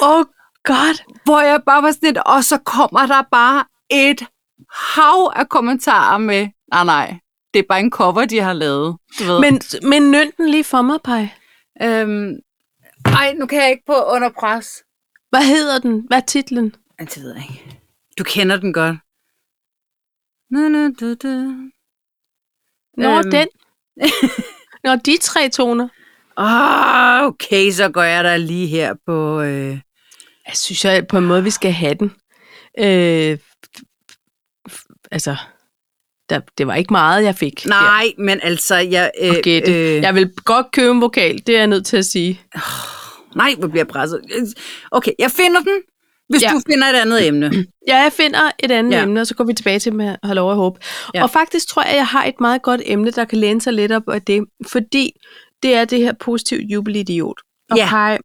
[SPEAKER 1] Oh god.
[SPEAKER 2] Hvor jeg bare var sådan lidt, og så kommer der bare et hav af kommentarer med, nej nej, det er bare en cover, de har lavet. Du ved.
[SPEAKER 1] Men, men nønd den lige for mig, Paj.
[SPEAKER 2] øhm, ej, nu kan jeg ikke på under pres.
[SPEAKER 1] Hvad hedder den? Hvad er titlen?
[SPEAKER 2] Ej, Det ved jeg ikke. Du kender den godt. Na, na, du, du.
[SPEAKER 1] Nå,
[SPEAKER 2] Øhm. <laughs>
[SPEAKER 1] den. Nå, de tre toner.
[SPEAKER 2] Ah, okay, så går jeg der lige her på... Øh...
[SPEAKER 1] Jeg synes jeg på en måde, vi skal have den. Øh, f- f- altså, der, det var ikke meget, jeg fik. der
[SPEAKER 2] Nej, men altså, jeg... Øh,
[SPEAKER 1] at gætte.
[SPEAKER 2] øh,
[SPEAKER 1] Jeg vil godt købe en vokal, det er jeg nødt til at sige.
[SPEAKER 2] Nej, hvor bliver jeg presset. Okay, jeg finder den, hvis
[SPEAKER 1] Ja.
[SPEAKER 2] ja. du finder et andet emne. <clears throat>
[SPEAKER 1] Ja, jeg finder et andet ja.
[SPEAKER 2] Ja.
[SPEAKER 1] emne, og så går vi tilbage til med Hold over håb. Ja.
[SPEAKER 2] Ja.
[SPEAKER 1] Og faktisk tror jeg, jeg har et meget godt emne, der kan læne sig lidt op af det, fordi det er det her positivt jubelidiot. Og
[SPEAKER 2] Ja.
[SPEAKER 1] Kai,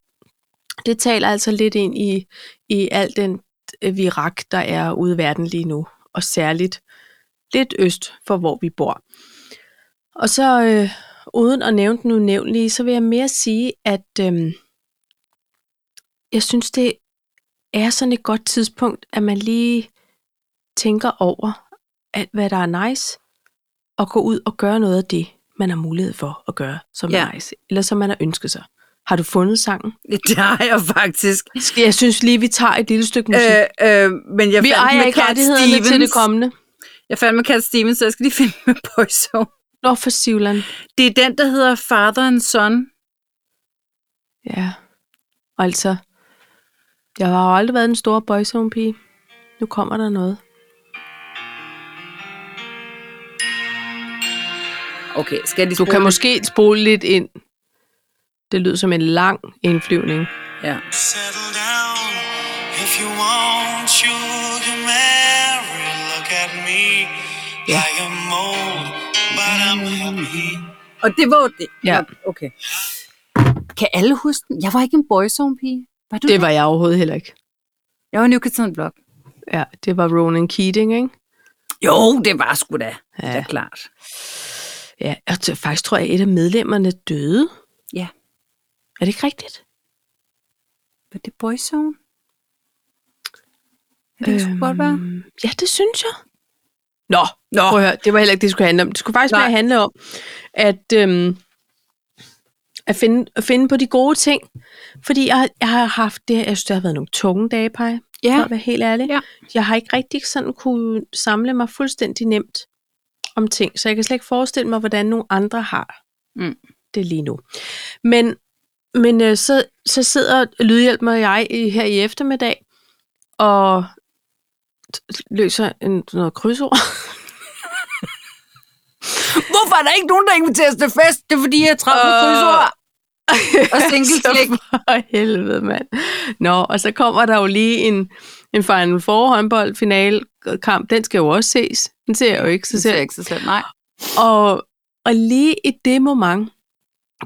[SPEAKER 1] det taler altså lidt ind i, i al den øh, virak, der er ude i verden lige nu, og særligt lidt øst for, hvor vi bor. Og så, øh, uden at nævne den unævnlige, så vil jeg mere sige, at øhm, jeg synes, det er sådan et godt tidspunkt, at man lige tænker over, at hvad der er nice, og gå ud og gøre noget af det, man har mulighed for at gøre, som ja. er
[SPEAKER 2] Ja.
[SPEAKER 1] nice, eller som man har ønsket sig. Har du fundet sangen?
[SPEAKER 2] Det har jeg faktisk.
[SPEAKER 1] Skal- Jeg synes lige, vi tager et lille stykke musik. Øh,
[SPEAKER 2] Øh, øh, men jeg
[SPEAKER 1] vi
[SPEAKER 2] fandt
[SPEAKER 1] ejer
[SPEAKER 2] med
[SPEAKER 1] ikke
[SPEAKER 2] Cat
[SPEAKER 1] rettighederne
[SPEAKER 2] Stevens.
[SPEAKER 1] til det kommende.
[SPEAKER 2] Jeg fandt med Cat Stevens, så jeg skal lige <laughs> finde med Boyzone.
[SPEAKER 1] Nå, for Sivland.
[SPEAKER 2] Det er den, der hedder Father and Son.
[SPEAKER 1] Ja. Og Altså, jeg har jo aldrig været den store boyzone-pige. Nu kommer der noget.
[SPEAKER 2] Okay, skal jeg lige
[SPEAKER 1] Du
[SPEAKER 2] spole
[SPEAKER 1] kan
[SPEAKER 2] den?
[SPEAKER 1] måske spole lidt ind. Det lyder som en lang indflyvning.
[SPEAKER 2] Ja.
[SPEAKER 3] Settle down. If you want, you can marry. Look at me. I am old, but I'm happy.
[SPEAKER 2] Og det var jo det.
[SPEAKER 1] Ja.
[SPEAKER 2] Okay. Kan alle huske den? Jeg var ikke en Boyzone-pige. Var du
[SPEAKER 1] Det var jeg overhovedet heller ikke.
[SPEAKER 2] Jeg var New Kids on the Block.
[SPEAKER 1] Ja, det var Ronan Keating, ikke?
[SPEAKER 2] Jo, det var sgu da. Ja. Det er klart.
[SPEAKER 1] Ja, og t- faktisk tror jeg, at et af medlemmerne døde.
[SPEAKER 2] Ja.
[SPEAKER 1] Er det ikke rigtigt?
[SPEAKER 2] Var det Boyzone? Er det ikke øhm, godt være?
[SPEAKER 1] Ja, det synes jeg. Nå,
[SPEAKER 2] Nå.
[SPEAKER 1] Prøv at høre, det var heller ikke det, det skulle handle om. Det skulle faktisk
[SPEAKER 2] Nej.
[SPEAKER 1] mere handle om, at, øhm, at, finde, at finde på de gode ting. Fordi jeg, har- jeg har haft det, jeg synes, det har været nogle tunge dage, Paj.
[SPEAKER 2] Ja.
[SPEAKER 1] For at være helt ærlig.
[SPEAKER 2] Ja.
[SPEAKER 1] Jeg har ikke rigtig sådan kunne samle mig fuldstændig nemt om ting, så jeg kan slet ikke forestille mig, hvordan nogle andre har
[SPEAKER 2] Mm.
[SPEAKER 1] det lige nu. Men, men øh, så, så sidder Lydhjælpen og jeg i, her i eftermiddag og t- løser en, noget krydsord.
[SPEAKER 2] Hvorfor er der ikke nogen, der inviterer os til fest? Det er fordi, jeg er travlt med
[SPEAKER 1] Øh.
[SPEAKER 2] <laughs> krydsord. Og singleslik.
[SPEAKER 1] Så for helvede, mand. Nå, og så kommer der jo lige en, en Final Four håndboldfinalkamp. Den skal jo også ses. Den ser jeg jo ikke, så ser jeg
[SPEAKER 2] ikke så slemt, nej.
[SPEAKER 1] Og, og lige i det moment,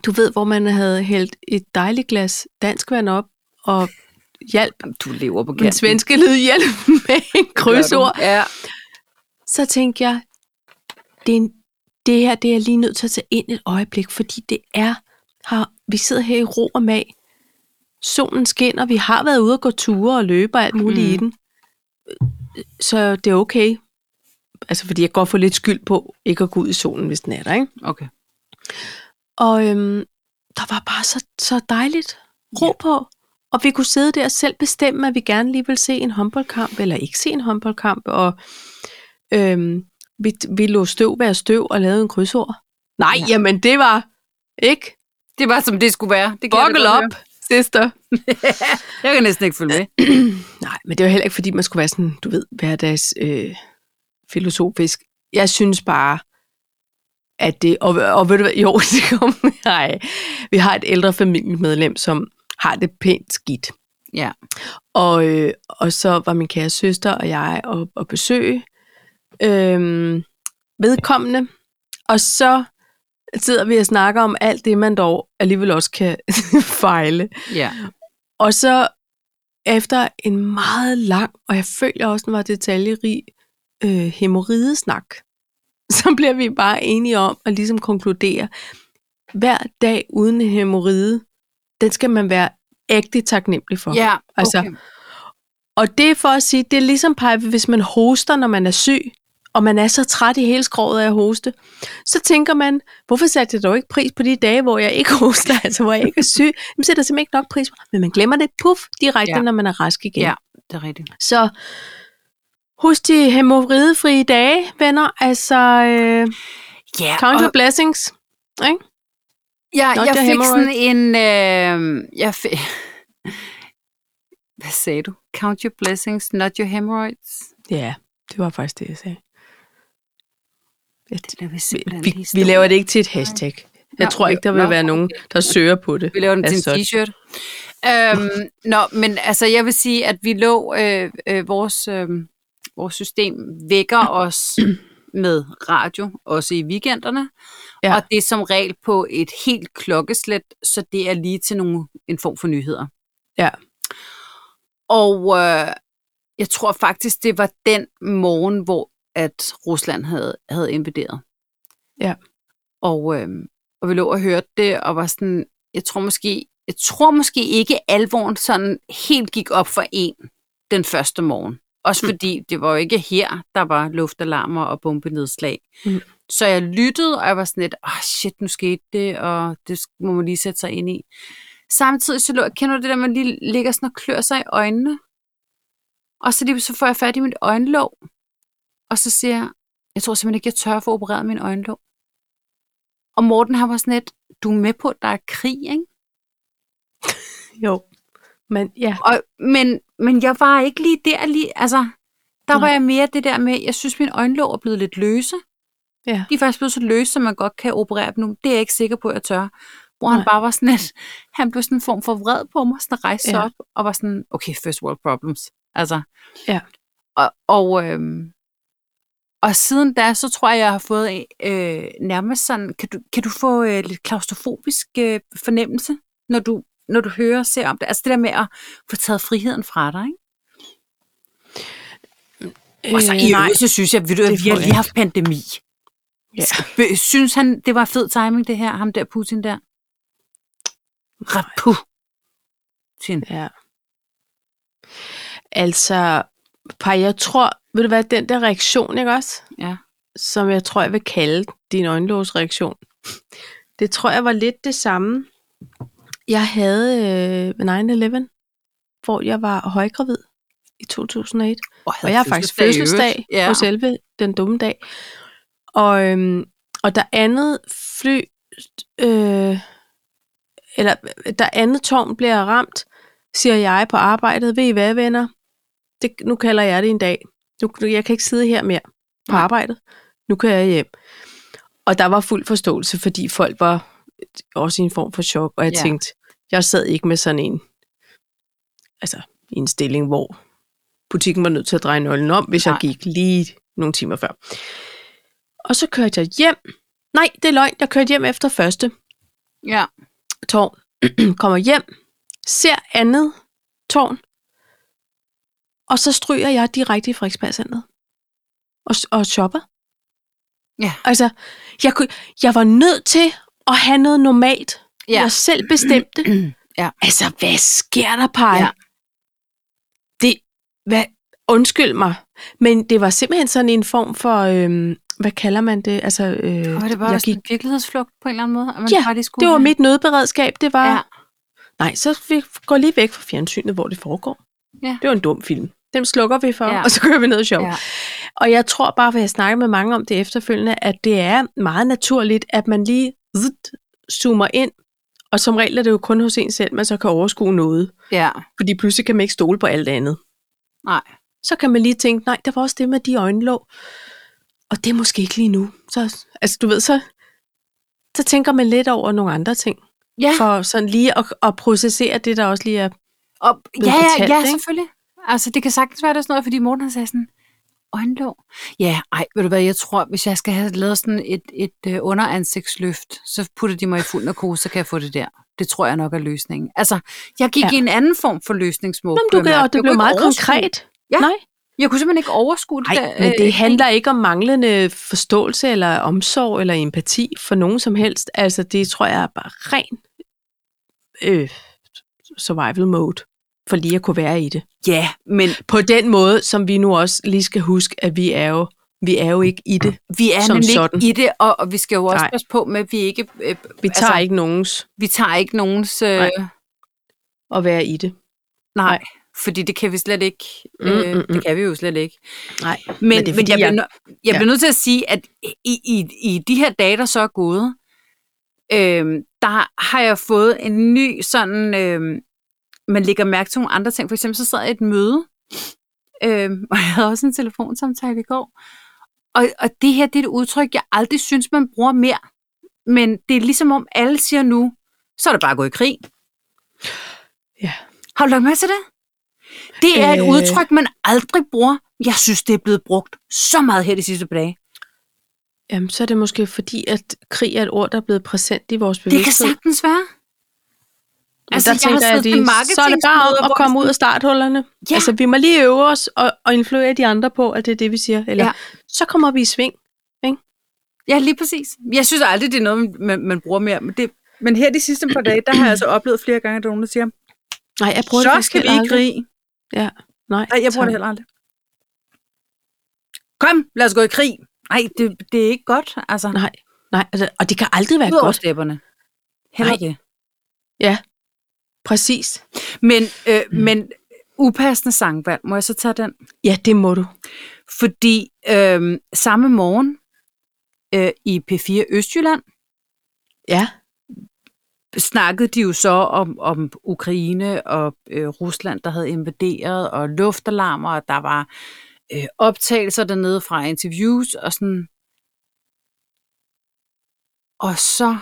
[SPEAKER 1] du ved, hvor man havde hældt et dejligt glas danskvand op, og hjalp
[SPEAKER 2] Du lever på
[SPEAKER 1] den svenske lyd hjælp med en krydsord,
[SPEAKER 2] Ja.
[SPEAKER 1] så tænkte jeg, det, er en, det her det er jeg lige nødt til at tage ind et øjeblik, fordi det er, har, vi sidder her i ro og mag, solen skinner, vi har været ude og gå ture og løbe og alt muligt mm. i
[SPEAKER 2] Mm.
[SPEAKER 1] den, så det er okay. Altså, fordi jeg kan godt få lidt skyld på ikke at gå ud i solen, hvis den er der, ikke?
[SPEAKER 2] Okay.
[SPEAKER 1] Og øhm, der var bare så, så dejligt ro ja. på. Og vi kunne sidde der og selv bestemme, at vi gerne lige vil se en håndboldkamp, eller ikke se en håndboldkamp. Og øhm, vi, vi lå støv være støv og lavede en krydsord. Nej, ja.
[SPEAKER 2] Ja.
[SPEAKER 1] jamen det var ikke.
[SPEAKER 2] Det var, som det skulle være. Det kan jeg da
[SPEAKER 1] Buckle
[SPEAKER 2] godt
[SPEAKER 1] up, sister.
[SPEAKER 2] høre. Jeg kan næsten ikke følge med.
[SPEAKER 1] Nej, men det var heller ikke, fordi man skulle være sådan, du ved, hverdags øh, filosofisk. Jeg synes bare, at det... Og, og ved du hvad? <laughs> Jo, det kommer... Nej. Vi har et ældre familiemedlem, som har det pænt skidt.
[SPEAKER 2] Ja.
[SPEAKER 1] Og, øh, og så var min kære søster og jeg op og besøge øh, vedkommende. Og så sidder vi og snakker om alt det, man dog alligevel også kan <laughs> fejle.
[SPEAKER 2] Ja.
[SPEAKER 1] Og så efter en meget lang, og jeg føler også, den var detaljerig, øh, hemorridesnak, <laughs> så bliver vi bare enige om at ligesom konkludere, hver dag uden en hemorride, den skal man være ægte taknemmelig for.
[SPEAKER 2] Ja,
[SPEAKER 1] Altså,
[SPEAKER 2] okay.
[SPEAKER 1] Og det er for at sige, det er ligesom Pajvi, hvis man hoster, når man er syg, og man er så træt i hele skroget af at hoste, så tænker man, hvorfor satte jeg dog ikke pris på de dage, hvor jeg ikke <laughs> hoster, altså hvor jeg ikke er syg? Jamen sætter jeg simpelthen ikke nok pris på, men man glemmer det, puff, direkte, ja.
[SPEAKER 2] Ja.
[SPEAKER 1] når man er rask igen.
[SPEAKER 2] Ja. det er rigtigt.
[SPEAKER 1] Så husk de hemorridefrie dage, venner, altså øh,
[SPEAKER 2] Ja,
[SPEAKER 1] count your blessings.
[SPEAKER 2] Ja,
[SPEAKER 1] Not
[SPEAKER 2] jeg
[SPEAKER 1] your
[SPEAKER 2] fik
[SPEAKER 1] hemorrhoid.
[SPEAKER 2] sådan en... Øh, jeg fik, <laughs> hvad sagde du? Count your blessings, not your hemorrhoids.
[SPEAKER 1] Ja, det var faktisk det, jeg sagde.
[SPEAKER 2] Det laver vi
[SPEAKER 1] Vi,
[SPEAKER 2] simpelthen
[SPEAKER 1] vi,
[SPEAKER 2] en
[SPEAKER 1] vi
[SPEAKER 2] historie.
[SPEAKER 1] laver det ikke til et hashtag. Jeg
[SPEAKER 2] Nå,
[SPEAKER 1] tror ikke, der vil
[SPEAKER 2] nå,
[SPEAKER 1] være nogen, der søger på det.
[SPEAKER 2] Vi laver den til
[SPEAKER 1] Altså,
[SPEAKER 2] en t-shirt. Øhm, nå, men altså, jeg vil sige, at vi lå, øh, øh, vores, øh, vores system vækker os med radio, også i weekenderne.
[SPEAKER 1] Ja.
[SPEAKER 2] Ja. Og det er som regel på et helt klokkeslæt, så det er lige til nogle, en form for nyheder.
[SPEAKER 1] Ja.
[SPEAKER 2] Og øh, jeg tror faktisk, det var den morgen, hvor at Rusland havde, havde invaderet.
[SPEAKER 1] Ja.
[SPEAKER 2] Og, øh, og vi lå og hørte det, og var sådan, jeg tror måske, jeg tror måske ikke alvoren sådan helt gik op for en den første morgen. Også fordi det var jo ikke her, der var luftalarmer og bombenedslag.
[SPEAKER 1] Mm.
[SPEAKER 2] Mm. Så jeg lyttede, og jeg var sådan lidt, åh oh, shit, nu skete det, og det sk- må man lige sætte sig ind i. Samtidig så lå jeg, kender du det der, man lige ligger sådan og klør sig i øjnene? Og så lige så får jeg fat i mit øjenlåg, og så siger jeg, jeg tror simpelthen ikke, jeg tør få opereret min øjenlåg. Og Morten har var sådan lidt, du er med på, at der er krig, ikke?
[SPEAKER 1] Jo, men ja.
[SPEAKER 2] Og, men, men jeg var ikke lige der lige, altså, der var
[SPEAKER 1] Nej.
[SPEAKER 2] jeg mere det der med, jeg synes, mine øjenlåg er blevet lidt løse.
[SPEAKER 1] Ja.
[SPEAKER 2] De er faktisk blevet så løse, som man godt kan operere dem nu. Det er jeg ikke sikker på, at jeg tør. Hvor han
[SPEAKER 1] Nej.
[SPEAKER 2] bare var sådan lidt, <laughs> han blev sådan en form for vred på mig, sådan rejste sig
[SPEAKER 1] Ja.
[SPEAKER 2] ja. op, og var sådan, okay, first world problems. Altså.
[SPEAKER 1] Ja.
[SPEAKER 2] Og, og, øhm, og siden da, så tror jeg, jeg har fået øh, nærmest sådan, kan du, kan du få øh, lidt klaustrofobisk øh, fornemmelse, når du, når du hører og ser om det? Altså det der med at få taget friheden fra dig, ikke? Og så i
[SPEAKER 1] Øh,
[SPEAKER 2] øvrigt, så synes jeg, ved du,
[SPEAKER 1] det
[SPEAKER 2] at vi
[SPEAKER 1] får
[SPEAKER 2] har
[SPEAKER 1] jeg
[SPEAKER 2] lige haft pandemi.
[SPEAKER 1] Ja.
[SPEAKER 2] Ja. Synes han, det var fed timing, det her, ham der Putin der? Rapu. Putin.
[SPEAKER 1] Ja. Altså, par, jeg tror, vil det være den der reaktion, ikke også?
[SPEAKER 2] Ja.
[SPEAKER 1] Som jeg tror, jeg vil kalde din øjenlåsreaktion. Det tror jeg var lidt det samme. Jeg havde øh, ved 9-11, hvor jeg var højgravid i 2001. Og jeg har faktisk fødselsdag
[SPEAKER 2] Ja.
[SPEAKER 1] ja. på selve den dumme dag. Og, øhm, og der andet fly, øh, eller der andet tårn bliver ramt, siger jeg på arbejdet, ved I hvad venner, det, nu kalder jeg det en dag. Nu, nu, jeg kan ikke sidde her mere på
[SPEAKER 2] Nej.
[SPEAKER 1] arbejdet. Nu kører jeg hjem. Og der var fuld forståelse, fordi folk var også i en form for chok, og jeg
[SPEAKER 2] Ja.
[SPEAKER 1] ja. tænkte, jeg sad ikke med sådan en, altså i en stilling, hvor butikken var nødt til at dreje nøglen om, hvis Nej.
[SPEAKER 2] Nej.
[SPEAKER 1] jeg gik lige nogle timer før. Og så kørte jeg hjem. Nej, det er løgn. Jeg kørte hjem efter første
[SPEAKER 2] Ja.
[SPEAKER 1] tårn. <clears throat> Kommer hjem, ser andet tårn, og så stryger jeg direkte i Frederiksbergscenteret og, og shopper.
[SPEAKER 2] Ja.
[SPEAKER 1] Altså, jeg, kunne, jeg var nødt til at have noget normalt.
[SPEAKER 2] Ja.
[SPEAKER 1] Jeg selv bestemte.
[SPEAKER 2] <clears throat> Ja.
[SPEAKER 1] Altså, hvad sker der, Paj?
[SPEAKER 2] Ja.
[SPEAKER 1] Det, hvad, undskyld mig, men det var simpelthen sådan en form for, øhm, hvad kalder man det? Altså, øh,
[SPEAKER 2] Og det var
[SPEAKER 1] jeg
[SPEAKER 2] også
[SPEAKER 1] gik,
[SPEAKER 2] en virkelighedsflugt på en eller anden måde. At man
[SPEAKER 1] Ja,
[SPEAKER 2] bare lige skulle
[SPEAKER 1] det var mit nødberedskab, det var,
[SPEAKER 2] Ja.
[SPEAKER 1] ja. nej, så vi går lige væk fra fjernsynet, hvor det foregår.
[SPEAKER 2] Ja.
[SPEAKER 1] Det var en dum film. Dem slukker vi for,
[SPEAKER 2] Ja.
[SPEAKER 1] ja. og så kører vi ned og shopper.
[SPEAKER 2] Ja.
[SPEAKER 1] Ja. Og jeg tror bare, for jeg snakker med mange om det efterfølgende, at det er meget naturligt, at man lige zzzt, zoomer ind, og som regel er det jo kun hos en selv, man så kan overskue noget.
[SPEAKER 2] Ja.
[SPEAKER 1] Fordi pludselig kan man ikke stole på alt andet.
[SPEAKER 2] Nej.
[SPEAKER 1] Så kan man lige tænke, nej, der var også det med de øjenlåg. Og det er måske ikke lige nu. Så, altså, du ved, så, så tænker man lidt over nogle andre ting.
[SPEAKER 2] Ja.
[SPEAKER 1] For sådan lige at, at processere det, der også lige er.
[SPEAKER 2] Og, ja, ja,
[SPEAKER 1] fortalt,
[SPEAKER 2] ja,
[SPEAKER 1] ikke?
[SPEAKER 2] selvfølgelig. Altså, det kan sagtens være, der er sådan noget, fordi Morten har sagt sådan, øjenlåg. Ja, ej, ved du hvad, jeg tror, hvis jeg skal have lavet sådan et, et øh, underansigtsløft, så putter de mig i fuld narkose, så kan jeg få det der. Det tror jeg nok er løsningen. Altså, jeg gik ja.
[SPEAKER 1] Ja.
[SPEAKER 2] i en anden form for løsningsmode.
[SPEAKER 1] Jamen,
[SPEAKER 2] kunne
[SPEAKER 1] du
[SPEAKER 2] jeg
[SPEAKER 1] kan,
[SPEAKER 2] mærke.
[SPEAKER 1] og det
[SPEAKER 2] Jeg
[SPEAKER 1] blev
[SPEAKER 2] kunne
[SPEAKER 1] meget
[SPEAKER 2] ikke overskue-
[SPEAKER 1] konkret.
[SPEAKER 2] Ja.
[SPEAKER 1] Nej,
[SPEAKER 2] Jeg kunne simpelthen ikke overskue det
[SPEAKER 1] Nej, men
[SPEAKER 2] øh,
[SPEAKER 1] det handler ikke om manglende forståelse eller omsorg eller empati for nogen som helst. Altså, det tror jeg er bare ren øh, survival mode for lige at kunne være i det.
[SPEAKER 2] Ja, men
[SPEAKER 1] På den måde, som vi nu også lige skal huske, at vi er jo, vi er jo ikke i det.
[SPEAKER 2] vi er
[SPEAKER 1] Som
[SPEAKER 2] nemlig
[SPEAKER 1] sådan.
[SPEAKER 2] ikke i det, og, og vi skal jo også
[SPEAKER 1] Nej.
[SPEAKER 2] passe på med, at vi ikke... Øh,
[SPEAKER 1] Vi tager altså, ikke nogens
[SPEAKER 2] Vi tager ikke nogens... Øh, nej.
[SPEAKER 1] at være i det.
[SPEAKER 2] nej. Fordi det kan vi slet ikke.
[SPEAKER 1] Mm,
[SPEAKER 2] øh,
[SPEAKER 1] mm,
[SPEAKER 2] Det kan vi jo slet ikke.
[SPEAKER 1] Nej, men,
[SPEAKER 2] Men, men,
[SPEAKER 1] fordi,
[SPEAKER 2] men jeg, bliver,
[SPEAKER 1] jeg,
[SPEAKER 2] nø- jeg
[SPEAKER 1] ja.
[SPEAKER 2] bliver nødt til at sige, at i, i, i de her dage, der så er gået, øhm, der har jeg fået en ny sådan, øhm, man lægger mærke til nogle andre ting. <laughs> For eksempel så sad jeg i et møde, øhm, og jeg havde også en telefonsamtale i går, Og, og det her, det er et udtryk, jeg aldrig synes, man bruger mere. Men det er ligesom om alle siger nu, så er det bare gået i krig.
[SPEAKER 1] Ja.
[SPEAKER 2] Har du lagt mærke til det? Det er øh...
[SPEAKER 1] Øh.
[SPEAKER 2] et udtryk, man aldrig bruger. Jeg synes, det er blevet brugt så meget her de sidste par dage.
[SPEAKER 1] Jamen, så er det måske fordi, at krig er et ord, der er blevet præsent i vores
[SPEAKER 2] Det kan
[SPEAKER 1] bevidsthed.
[SPEAKER 2] sagtens være.
[SPEAKER 1] Altså, der tænker jeg, at de, så er det bare om at komme ud af starthullerne.
[SPEAKER 2] Ja.
[SPEAKER 1] Ja. Altså, vi må lige øve os og, og influere de andre på, at det er det, vi siger. Eller,
[SPEAKER 2] Ja.
[SPEAKER 1] ja. så kommer vi i sving.
[SPEAKER 2] Ja, lige præcis. Jeg synes aldrig, det er noget, man, man bruger mere. Men, det, men her de sidste par dage, der har jeg altså oplevet flere gange, at der er nogen, der siger,
[SPEAKER 1] Nej, jeg bruger det
[SPEAKER 2] så
[SPEAKER 1] faktisk
[SPEAKER 2] skal vi
[SPEAKER 1] heller
[SPEAKER 2] i
[SPEAKER 1] aldrig.
[SPEAKER 2] krig.
[SPEAKER 1] Nej,
[SPEAKER 2] Nej, jeg bruger det
[SPEAKER 1] tak.
[SPEAKER 2] heller aldrig. Kom, lad os gå i krig. Nej, det, det er ikke godt. Altså,
[SPEAKER 1] Nej, nej, altså, og det kan aldrig være
[SPEAKER 2] ud over
[SPEAKER 1] godt.
[SPEAKER 2] stepperne. Heller
[SPEAKER 1] Nej.
[SPEAKER 2] ikke.
[SPEAKER 1] Præcis.
[SPEAKER 2] Men, øh,
[SPEAKER 1] Mm.
[SPEAKER 2] men upassende sangvalg, må jeg så tage den?
[SPEAKER 1] Ja, det må du.
[SPEAKER 2] Fordi øh, samme morgen øh, i P4 Østjylland,
[SPEAKER 1] Ja.
[SPEAKER 2] snakkede de jo så om, om Ukraine og øh, Rusland, der havde invaderet, og luftalarmer, og der var øh, optagelser dernede fra interviews, og sådan. Og så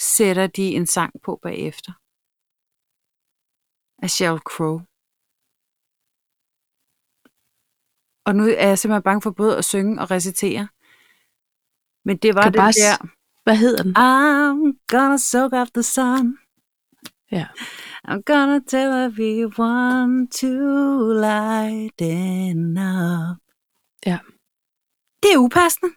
[SPEAKER 2] sætter de en sang på bagefter. Af Sheryl Crow. Og nu er jeg simpelthen bange for både at synge og recitere. Men det var
[SPEAKER 1] Kan
[SPEAKER 2] det
[SPEAKER 1] bare s-
[SPEAKER 2] der...
[SPEAKER 1] Hvad hedder den?
[SPEAKER 2] I'm gonna soak up the sun.
[SPEAKER 1] Ja.
[SPEAKER 2] I'm gonna tell everyone to lighten up.
[SPEAKER 1] Ja.
[SPEAKER 2] Det er upassende.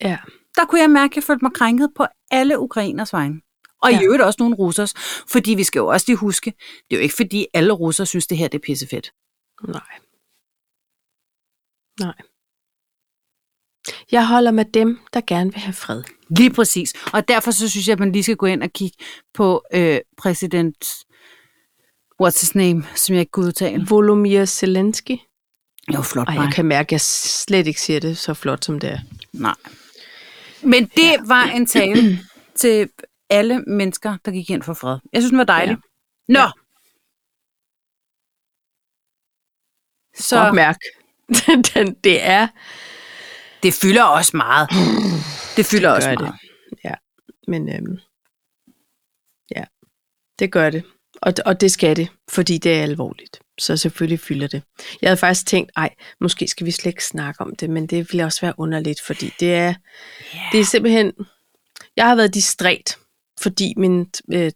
[SPEAKER 1] Ja.
[SPEAKER 2] Der kunne jeg mærke, at jeg følte mig krænket på alle ukrainers vegne. Og ja.
[SPEAKER 1] Ja.
[SPEAKER 2] i øvrigt også nogle russers. Fordi vi skal jo også lige huske, det er jo ikke fordi alle russere synes, det her det er pissefedt.
[SPEAKER 1] Nej. Nej. Jeg holder med dem, der gerne vil have fred.
[SPEAKER 2] Lige præcis. Og derfor så synes jeg, at man lige skal gå ind og kigge på øh, præsident... What's his name, som jeg ikke kunne udtale.
[SPEAKER 1] Volodymyr Zelensky.
[SPEAKER 2] Det var flot,
[SPEAKER 1] Ej,
[SPEAKER 2] Maja.
[SPEAKER 1] jeg kan mærke, at jeg slet ikke siger det så flot, som det er.
[SPEAKER 2] Nej. Men det ja. var en tale <clears throat> til alle mennesker, der gik ind for fred. Jeg synes, den var dejlig. Ja. Nå! Ja.
[SPEAKER 1] Så... Godt
[SPEAKER 2] Så
[SPEAKER 1] mærk. <laughs> den, det er
[SPEAKER 2] det fylder også
[SPEAKER 1] <clears throat>
[SPEAKER 2] meget. Det fylder
[SPEAKER 1] Det
[SPEAKER 2] også
[SPEAKER 1] gør
[SPEAKER 2] meget. Det.
[SPEAKER 1] Men øhm, ja, det gør det. Og, og det skal det, fordi det er alvorligt. Så selvfølgelig fylder det. Jeg havde faktisk tænkt, ej, måske skal vi slet ikke snakke om det, men det ville også være underligt, fordi det er,
[SPEAKER 2] Ja.
[SPEAKER 1] det er simpelthen... Jeg har været distræt, fordi mine øh,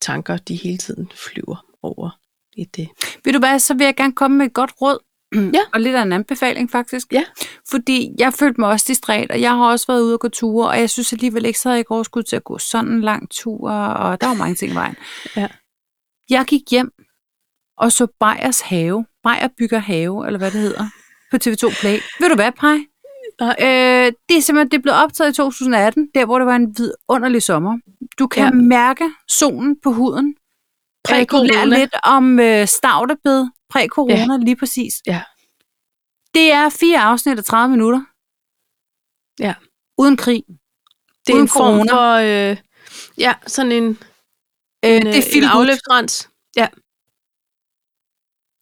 [SPEAKER 1] tanker, de hele tiden flyver over i det.
[SPEAKER 2] Ved du hvad, så vil jeg gerne komme med et godt råd. <clears throat>
[SPEAKER 1] Ja.
[SPEAKER 2] Og lidt af en anbefaling, faktisk.
[SPEAKER 1] Ja.
[SPEAKER 2] Fordi jeg følte mig også distræt, og jeg har også været ude og gå ture, og jeg synes alligevel ikke, så havde jeg ikke overskud til at gå sådan en lang tur, og der var mange ting i vejen.
[SPEAKER 1] Ja.
[SPEAKER 2] Jeg gik hjem og så Bejers have. Bejer bygger have, eller hvad det hedder, på TV2 Play. Ved du hvad, Pej?
[SPEAKER 1] Nej.
[SPEAKER 2] Øh, det er simpelthen det er blevet optaget i 2018, der hvor det var en vidunderlig sommer. Du kan ja.
[SPEAKER 1] Ja.
[SPEAKER 2] mærke solen på huden.
[SPEAKER 1] Præ-corona.
[SPEAKER 2] Jeg kunne lære lidt om øh, stavtebed, præ-corona, ja. lige præcis.
[SPEAKER 1] Ja.
[SPEAKER 2] Det er fire afsnit af 30 minutter.
[SPEAKER 1] Ja.
[SPEAKER 2] Uden krig.
[SPEAKER 1] Det er
[SPEAKER 2] Uden
[SPEAKER 1] en form
[SPEAKER 2] corona.
[SPEAKER 1] for... Øh, ja, sådan en
[SPEAKER 2] Øh,
[SPEAKER 1] en,
[SPEAKER 2] det er
[SPEAKER 1] øh, en
[SPEAKER 2] Philip <laughs>
[SPEAKER 1] afløbsrens. Ja. Jeg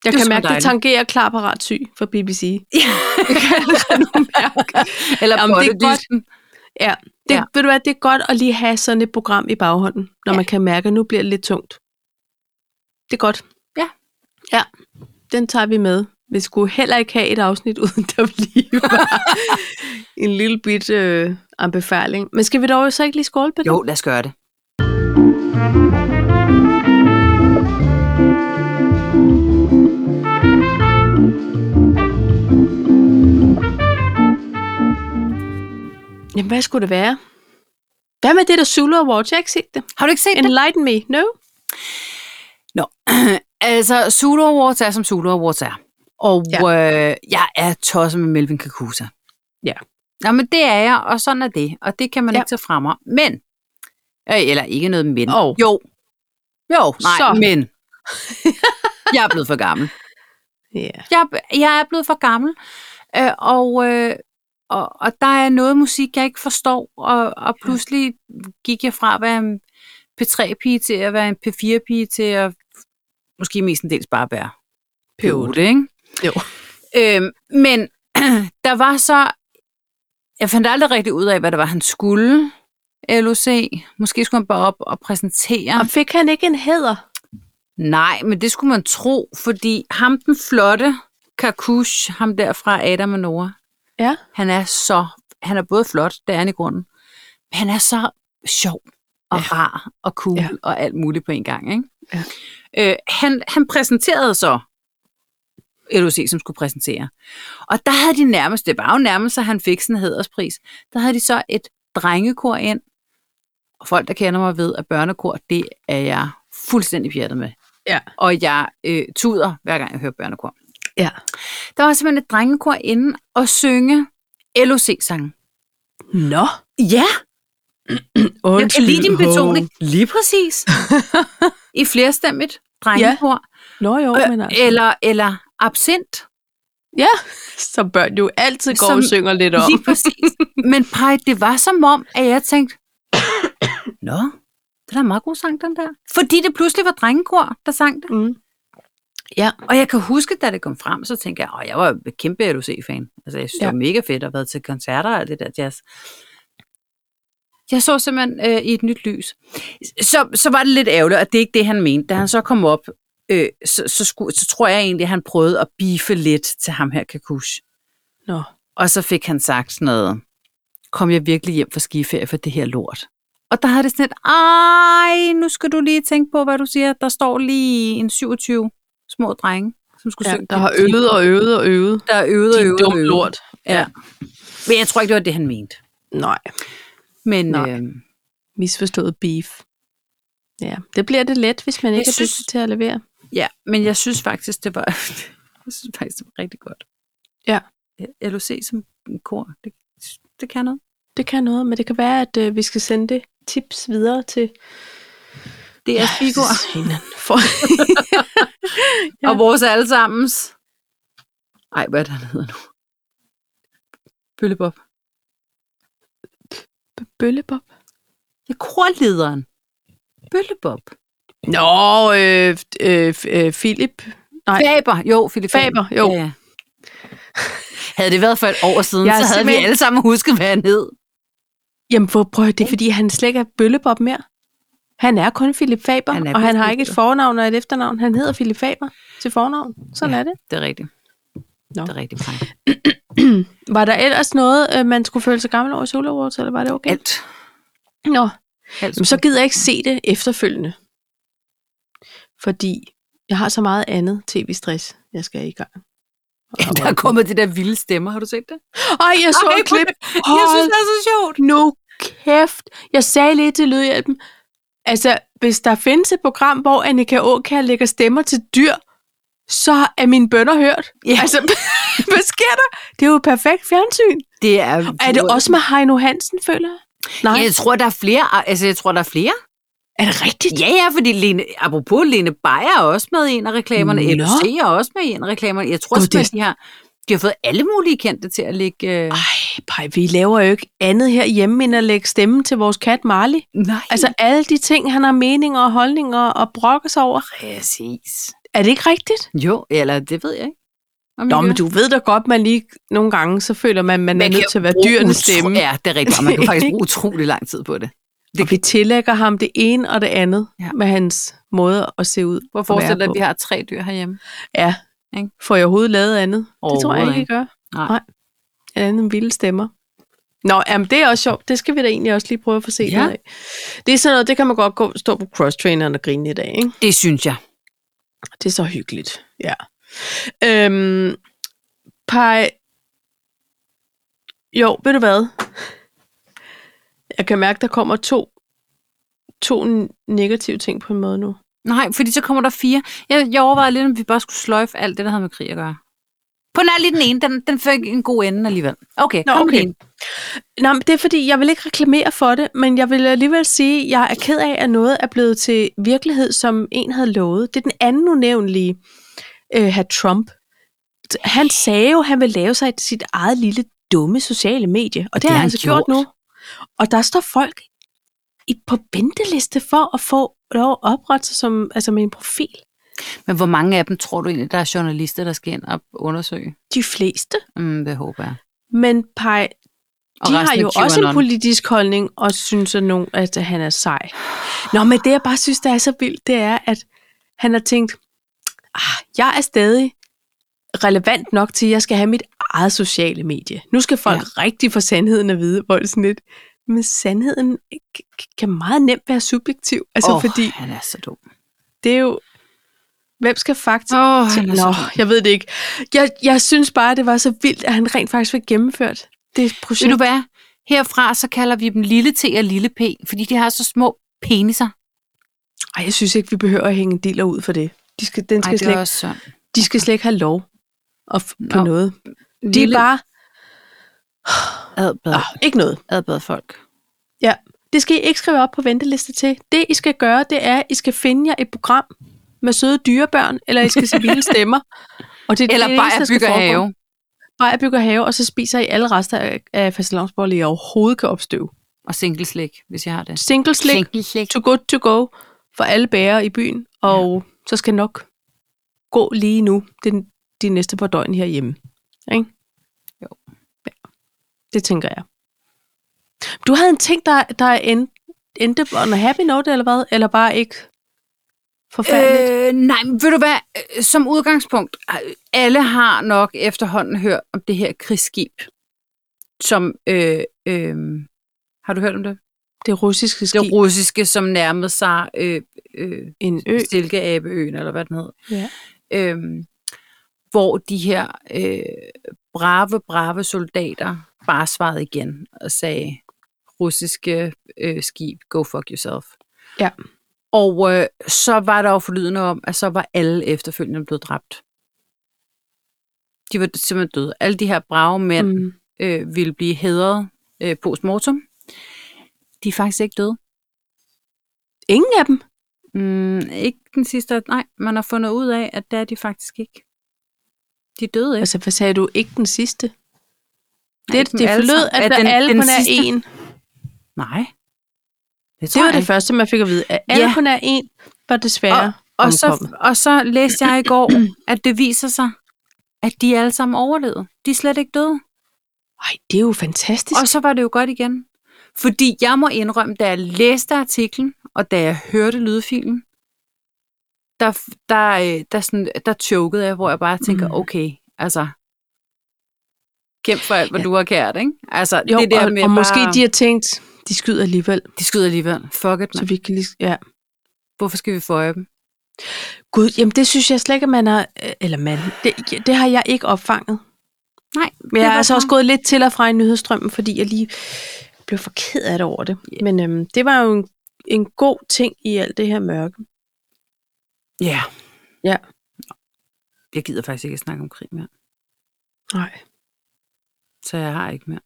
[SPEAKER 2] Det er
[SPEAKER 1] kan
[SPEAKER 2] sgu
[SPEAKER 1] mærke, det
[SPEAKER 2] dejligt.
[SPEAKER 1] tangerer klar parat syg for
[SPEAKER 2] <laughs>
[SPEAKER 1] BBC.
[SPEAKER 2] Eller
[SPEAKER 1] Jamen, det er
[SPEAKER 2] Bottedisten.
[SPEAKER 1] Ja, det,
[SPEAKER 2] Ja.
[SPEAKER 1] ja. Ved du hvad, det er godt at lige have sådan et program i baghånden, når
[SPEAKER 2] Ja.
[SPEAKER 1] ja. man kan mærke, at nu bliver det lidt tungt. Det er godt.
[SPEAKER 2] Ja.
[SPEAKER 1] Ja, den tager vi med. Vi skulle heller ikke have et afsnit, <laughs> uden der lige
[SPEAKER 2] <laughs>
[SPEAKER 1] var en lille bit øh, anbefaling. Men skal vi dog så ikke lige skåle på det?
[SPEAKER 2] Jo, lad os gøre det.
[SPEAKER 1] Jamen, hvad skulle det være? Hvad med det der Zulu Awards? Jeg har ikke set det.
[SPEAKER 2] Har du ikke set det?
[SPEAKER 1] Enlighten me. No?
[SPEAKER 2] <clears throat> Altså, Zulu Awards er, som Zulu Awards er. Og ja.
[SPEAKER 1] Ja.
[SPEAKER 2] øh, jeg er tosset med Melvin Kakusa.
[SPEAKER 1] Ja.
[SPEAKER 2] Nå, men det er jeg, og sådan er det. Og det kan man ja.
[SPEAKER 1] Ja.
[SPEAKER 2] ikke tage frem om. Men, øh, eller ikke noget men.
[SPEAKER 1] Og.
[SPEAKER 2] Jo. Jo, nej,
[SPEAKER 1] Så.
[SPEAKER 2] men. jeg er blevet for gammel.
[SPEAKER 1] Ja. Yeah.
[SPEAKER 2] Jeg, jeg er blevet for gammel, øh, og, øh, og, og der er noget musik, jeg ikke forstår, og, og pludselig gik jeg fra at være en P3-pige til at være en P4-pige til at måske mestendels bare være
[SPEAKER 1] P8.
[SPEAKER 2] ikke?
[SPEAKER 1] Jo.
[SPEAKER 2] Øhm, men <clears throat> der var så... Jeg fandt aldrig rigtig ud af, hvad det var, han skulle. LOC. Måske skulle han bare op og præsentere.
[SPEAKER 1] Og fik han ikke en hæder?
[SPEAKER 2] Nej, men det skulle man tro, fordi ham den flotte Kakush, ham der fra Adam og Nora,
[SPEAKER 1] Ja.
[SPEAKER 2] han er så, han er både flot, det er han i grunden, men han er så sjov og ja. rar og cool ja.
[SPEAKER 1] Ja.
[SPEAKER 2] og alt muligt på en gang. Ikke?
[SPEAKER 1] Ja.
[SPEAKER 2] Øh, han, han præsenterede så LOC, som skulle præsentere. Og der havde de nærmest, det var jo nærmest, at han fik sådan en hæderspris, der havde de så et drengekor ind, og folk, der kender mig, ved, at børnekor, det er jeg fuldstændig pjattet med.
[SPEAKER 1] Ja.
[SPEAKER 2] Og jeg øh, tuder, hver gang jeg hører børnekor.
[SPEAKER 1] Ja.
[SPEAKER 2] Der var simpelthen et drengekor inde og synge LOC-sange.
[SPEAKER 1] Nå,
[SPEAKER 2] Ja,
[SPEAKER 1] undskyld.
[SPEAKER 2] jeg kan lide din
[SPEAKER 1] ho.
[SPEAKER 2] betoning. Lige præcis. I flerstemmigt drengekor.
[SPEAKER 1] Nå jo,
[SPEAKER 2] Ja.
[SPEAKER 1] men altså.
[SPEAKER 2] Eller, eller absint.
[SPEAKER 1] Ja, så børn jo altid går
[SPEAKER 2] Som-
[SPEAKER 1] som, og synger lidt om.
[SPEAKER 2] Lige præcis. Men Paj, det var som om, at jeg
[SPEAKER 1] <coughs>
[SPEAKER 2] tænkte, Nå, det er da en meget god sang, den der. Fordi det pludselig var drengekor, der sang det.
[SPEAKER 1] Mm. Ja,
[SPEAKER 2] Og jeg kan huske, da det kom frem, så tænkte jeg, at jeg var jo en kæmpe LOC-fan. Altså, jeg synes, ja.
[SPEAKER 1] Ja.
[SPEAKER 2] det var mega fedt at have været til koncerter og alt det der jazz. Jeg så simpelthen øh, i et nyt lys. Så, så var det lidt ærgerligt, og det er ikke det, han mente. Da han så kom op, øh, så, så, skulle, så tror jeg egentlig, at han prøvede at bife lidt til ham her, Kakush.
[SPEAKER 1] nå.
[SPEAKER 2] Og så fik han sagt sådan noget, kom jeg virkelig hjem fra skiferie for det her lort? Og der havde det sådan et, ej, nu skal du lige tænke på, hvad du siger. Der står lige en 27 små drenge, som skulle
[SPEAKER 1] Ja,
[SPEAKER 2] synge.
[SPEAKER 1] der
[SPEAKER 2] dit
[SPEAKER 1] har
[SPEAKER 2] ting."
[SPEAKER 1] øvet og øvet og øvet.
[SPEAKER 2] Der er øvet og
[SPEAKER 1] De er
[SPEAKER 2] øvet og
[SPEAKER 1] dumt
[SPEAKER 2] øvet.
[SPEAKER 1] lort.
[SPEAKER 2] Ja. Men jeg tror ikke, det var det, han mente.
[SPEAKER 1] Nej,
[SPEAKER 2] Men
[SPEAKER 1] Nej.
[SPEAKER 2] øh,
[SPEAKER 1] misforstået beef. Ja, det bliver det let, hvis man ikke er
[SPEAKER 2] synes-
[SPEAKER 1] dygtig til at levere.
[SPEAKER 2] ja, men jeg synes faktisk, det var, <laughs> jeg synes faktisk, det var rigtig godt.
[SPEAKER 1] Ja.
[SPEAKER 2] Ja, LOC som kor, det, det kan noget.
[SPEAKER 1] Det kan noget, men det kan være, at øh, vi skal sende det tips videre til
[SPEAKER 2] Det er spikor.
[SPEAKER 1] For... <laughs> Ja.
[SPEAKER 2] Og vores allesammens. Ej, hvad er det, han hedder nu? Bøllebop.
[SPEAKER 1] Bøllebop.
[SPEAKER 2] Ja, korlederen. Bøllebop.
[SPEAKER 1] Nå, øh, øh, øh, Philip. Nej.
[SPEAKER 2] Faber. Jo, Philip
[SPEAKER 1] Faber, jo.
[SPEAKER 2] Ja, ja. Havde det været for et år siden,
[SPEAKER 1] Jeg er
[SPEAKER 2] så havde vi
[SPEAKER 1] simpelthen-
[SPEAKER 2] alle sammen husket, hvad han hed.
[SPEAKER 1] Jamen, hvor prøv at- det er, fordi han slet ikke er Bøllebop mere. Han er kun Philip Faber,
[SPEAKER 2] Han er
[SPEAKER 1] han og han
[SPEAKER 2] kun
[SPEAKER 1] har ikke et
[SPEAKER 2] Philip.
[SPEAKER 1] fornavn og et efternavn. Han hedder Philip Faber til fornavn. Sådan
[SPEAKER 2] Ja.
[SPEAKER 1] ja. er det.
[SPEAKER 2] Det er rigtigt.
[SPEAKER 1] Nå.
[SPEAKER 2] Det er rigtigt, Frank.
[SPEAKER 1] Var der ellers noget, øh, man skulle føle sig gammel over i Solo Awards, eller var det okay?
[SPEAKER 2] Alt.
[SPEAKER 1] Nå,
[SPEAKER 2] Alt
[SPEAKER 1] Jamen, så gider jeg ikke se det efterfølgende. Fordi jeg har så meget andet tv-stress, jeg skal i
[SPEAKER 2] <laughs>
[SPEAKER 1] gang.
[SPEAKER 2] skulle- <laughs> der er kommet det der vilde stemmer, har du set det?
[SPEAKER 1] Ej, jeg så
[SPEAKER 2] Ej,
[SPEAKER 1] et klip.
[SPEAKER 2] Jeg
[SPEAKER 1] Hold
[SPEAKER 2] synes, det er så sjovt.
[SPEAKER 1] nu kæft. Jeg sagde lige til Lydhjælpen, altså, hvis der findes et program, hvor Annika Åkær lægger stemmer til dyr, så er mine bønder hørt.
[SPEAKER 2] Ja.
[SPEAKER 1] Altså, <laughs> hvad sker der? Det er jo perfekt fjernsyn.
[SPEAKER 2] Det er,
[SPEAKER 1] Er det også med Heino Hansen, føler jeg? Nej,
[SPEAKER 2] Jeg tror, der er flere. Altså, jeg tror, der er flere.
[SPEAKER 1] er det rigtigt?
[SPEAKER 2] Ja, ja, fordi Lene, apropos Lene Beyer er også med i en af reklamerne.
[SPEAKER 1] Nå.
[SPEAKER 2] LOC er også med i en af reklamerne. Jeg tror
[SPEAKER 1] Gud,
[SPEAKER 2] simpelthen, de har, de har fået alle mulige kendte til at lægge... Øh...
[SPEAKER 1] Ej, pej, vi laver jo ikke andet herhjemme, end at lægge stemme til vores kat Marley.
[SPEAKER 2] Nej,
[SPEAKER 1] Altså alle de ting, han har meninger og holdninger og brokker sig over.
[SPEAKER 2] præcis.
[SPEAKER 1] Er det ikke rigtigt?
[SPEAKER 2] Jo, eller det ved jeg ikke. Om
[SPEAKER 1] Nå,
[SPEAKER 2] jeg
[SPEAKER 1] men
[SPEAKER 2] gør.
[SPEAKER 1] du ved da godt, man lige nogle gange, så føler man, man, man er
[SPEAKER 2] kan
[SPEAKER 1] nødt til at være
[SPEAKER 2] bruge
[SPEAKER 1] dyrenes
[SPEAKER 2] utro-
[SPEAKER 1] stemme.
[SPEAKER 2] Ja, det er rigtigt. og Man kan faktisk bruge utrolig lang tid på det.
[SPEAKER 1] Det vi tillægger ham det ene og det andet
[SPEAKER 2] Ja.
[SPEAKER 1] ja. med hans måde at se ud.
[SPEAKER 2] Hvor
[SPEAKER 1] og være
[SPEAKER 2] forestiller dig, at
[SPEAKER 1] på.
[SPEAKER 2] vi har tre dyr herhjemme?
[SPEAKER 1] Ja.
[SPEAKER 2] Ikke?
[SPEAKER 1] Får jeg overhovedet lavet andet? Det tror jeg
[SPEAKER 2] Overhovedet
[SPEAKER 1] ikke, jeg gør.
[SPEAKER 2] Nej.
[SPEAKER 1] Andet end vilde stemmer. Nå, jamen, det er også sjovt. Det skal vi da egentlig også lige prøve at få set
[SPEAKER 2] Ja.
[SPEAKER 1] noget af. Det er sådan noget, det kan man godt gå, stå på cross-traineren og grine i dag, ikke?
[SPEAKER 2] Det synes jeg.
[SPEAKER 1] Det er så hyggeligt, ja. Øhm, Pej... Jo, ved du hvad? Jeg kan mærke, der kommer to, to negative ting på en måde nu.
[SPEAKER 2] Nej, fordi så kommer der fire. Jeg, jeg overvejede lidt, om vi bare skulle sløjfe alt det, der havde med krig at gøre. På nær lige den ene, den, den fik en god ende alligevel. Okay,
[SPEAKER 1] Nå,
[SPEAKER 2] kom med
[SPEAKER 1] okay.
[SPEAKER 2] den.
[SPEAKER 1] Nå, men det er fordi, jeg vil ikke reklamere for det, men jeg vil alligevel sige, at jeg er ked af, at noget er blevet til virkelighed, som en havde lovet. Det er den anden unævnlige, øh, herr Trump. Han sagde jo, at han ville lave sig et- sit eget lille dumme sociale medie, og det, det har han altså gjort. gjort nu. Og der står folk i, på venteliste for at få lov at oprette sig som, altså med en profil.
[SPEAKER 2] Men hvor mange af dem tror du egentlig, der er journalister, der skal ind og undersøge?
[SPEAKER 1] De fleste.
[SPEAKER 2] Mm, det håber jeg.
[SPEAKER 1] Men Pej,
[SPEAKER 2] Og
[SPEAKER 1] de har
[SPEAKER 2] resten af
[SPEAKER 1] jo også en
[SPEAKER 2] QAnon.
[SPEAKER 1] politisk holdning, og synes, at, nogen, at han er sej. Nå, men det, jeg bare synes, der er så vildt, det er, at han har tænkt, ah, jeg er stadig relevant nok til, at jeg skal have mit eget sociale medie. Nu skal folk ja. rigtig for sandheden at vide, hvor det er sådan lidt. Men sandheden k- kan meget nemt være subjektiv. Altså,
[SPEAKER 2] Åh,
[SPEAKER 1] oh. fordi
[SPEAKER 2] han er så dum.
[SPEAKER 1] det er jo... Hvem skal faktisk...
[SPEAKER 2] Åh,
[SPEAKER 1] Oh, Nå, jeg ved det ikke. Jeg, jeg synes bare, det var så vildt, at han rent faktisk fik gennemført det projekt.
[SPEAKER 2] Ved du hvad? Herfra så kalder vi dem lille T og lille P, fordi de har så små peniser.
[SPEAKER 1] Ej, jeg synes ikke, vi behøver at hænge en dealer ud for det. De skal, den skal, Ej,
[SPEAKER 2] Ej, det
[SPEAKER 1] slet,
[SPEAKER 2] er
[SPEAKER 1] også...
[SPEAKER 2] også sådan.
[SPEAKER 1] de skal slet ikke have lov og f- på
[SPEAKER 2] Nå,
[SPEAKER 1] noget. De er bare,
[SPEAKER 2] adbad,
[SPEAKER 1] ah, ikke noget.
[SPEAKER 2] adbad folk.
[SPEAKER 1] Ja. Det skal I ikke skrive op på venteliste til. Det, I skal gøre, det er, at I skal finde jer et program med søde dyrebørn, eller I skal se <laughs> vilde stemmer. Og det, er
[SPEAKER 2] Eller
[SPEAKER 1] det
[SPEAKER 2] bare
[SPEAKER 1] eneste, der
[SPEAKER 2] at
[SPEAKER 1] skal
[SPEAKER 2] bygge
[SPEAKER 1] foregå.
[SPEAKER 2] have.
[SPEAKER 1] Bare at bygge have, og så spiser I alle rester af, af fastelavnsboller, I overhovedet kan opstøve.
[SPEAKER 2] Og single slik, hvis jeg har det.
[SPEAKER 1] Single slik,
[SPEAKER 2] Single slik.
[SPEAKER 1] to good to go for alle bærer i byen, og så skal nok gå lige nu det, er de næste par døgn herhjemme. Ikke?
[SPEAKER 2] Jo.
[SPEAKER 1] Ja. Det tænker jeg. Du havde en ting, der, der end, endte under happy note, eller hvad? Eller bare ikke forfærdeligt? Øh,
[SPEAKER 2] Øh, nej, men ved du hvad? Øh, Som udgangspunkt, øh, alle har nok efterhånden hørt om det her krigsskib, som... Øh, øh, har du hørt om det?
[SPEAKER 1] det russiske skib,
[SPEAKER 2] Det russiske, som nærmede sig øh, øh,
[SPEAKER 1] en ø.
[SPEAKER 2] Silkeabeøen, eller hvad den hed.
[SPEAKER 1] Ja.
[SPEAKER 2] Øhm, hvor de her øh, brave, brave soldater bare svarede igen og sagde, russiske øh, skib, go fuck yourself.
[SPEAKER 1] Ja.
[SPEAKER 2] Og øh, så var der jo forlydende om, at så var alle efterfølgende blevet dræbt. De var simpelthen døde. Alle de her brave mænd mm.
[SPEAKER 1] Mm.
[SPEAKER 2] øh, ville blive hædret øh, postmortem. De er faktisk ikke døde.
[SPEAKER 1] Ingen af dem?
[SPEAKER 2] Mm, ikke den sidste. Nej, man har fundet ud af, at det er de faktisk ikke. De døde ikke.
[SPEAKER 1] Altså, hvad sagde du? Ikke den sidste?
[SPEAKER 2] Nej,
[SPEAKER 1] Det,
[SPEAKER 2] ikke dem
[SPEAKER 1] det
[SPEAKER 2] alle
[SPEAKER 1] forlød,
[SPEAKER 2] sammen.
[SPEAKER 1] at
[SPEAKER 2] Ja,
[SPEAKER 1] den, alle kun er
[SPEAKER 2] sidste-
[SPEAKER 1] en.
[SPEAKER 2] Nej. Det,
[SPEAKER 1] Det
[SPEAKER 2] tror
[SPEAKER 1] var
[SPEAKER 2] jeg
[SPEAKER 1] det
[SPEAKER 2] ikke.
[SPEAKER 1] første, man fik at vide. At alle
[SPEAKER 2] Ja.
[SPEAKER 1] kun er en, var desværre
[SPEAKER 2] Og så,
[SPEAKER 1] omkommet.
[SPEAKER 2] og så læste jeg i går, at det viser sig, at de alle sammen overlevede. De er slet ikke døde.
[SPEAKER 1] Ej, det er jo fantastisk.
[SPEAKER 2] Og så var det jo godt igen. Fordi jeg må indrømme, da jeg læste artiklen, og da jeg hørte lydfilen, der, der, øh, der, sådan, der chokede jeg, hvor jeg bare tænker,
[SPEAKER 1] Mm.
[SPEAKER 2] mm. okay, altså, kæmp for alt, hvad
[SPEAKER 1] Ja.
[SPEAKER 2] ja. du har kært, ikke? Altså,
[SPEAKER 1] jo,
[SPEAKER 2] det der
[SPEAKER 1] og,
[SPEAKER 2] med
[SPEAKER 1] og
[SPEAKER 2] bare,
[SPEAKER 1] måske de har tænkt, de skyder alligevel,
[SPEAKER 2] de skyder alligevel. Fuck it,
[SPEAKER 1] så
[SPEAKER 2] man.
[SPEAKER 1] vi kan lige... Ja.
[SPEAKER 2] Hvorfor skal vi føje dem?
[SPEAKER 1] Gud, jamen det synes jeg slet ikke, at man har... øh, Eller man... Det, ja, det har jeg ikke opfanget.
[SPEAKER 2] Nej,
[SPEAKER 1] Men jeg
[SPEAKER 2] var
[SPEAKER 1] er altså også
[SPEAKER 2] bare-
[SPEAKER 1] gået lidt til og fra i nyhedsstrømmen, fordi jeg lige blev for ked af det over det. Yeah. Men øhm, det var jo en, en god ting i alt det her mørke.
[SPEAKER 2] Ja.
[SPEAKER 1] Ja.
[SPEAKER 2] Jeg gider faktisk ikke at snakke om krig mere,
[SPEAKER 1] Nej.
[SPEAKER 2] så jeg har ikke mere.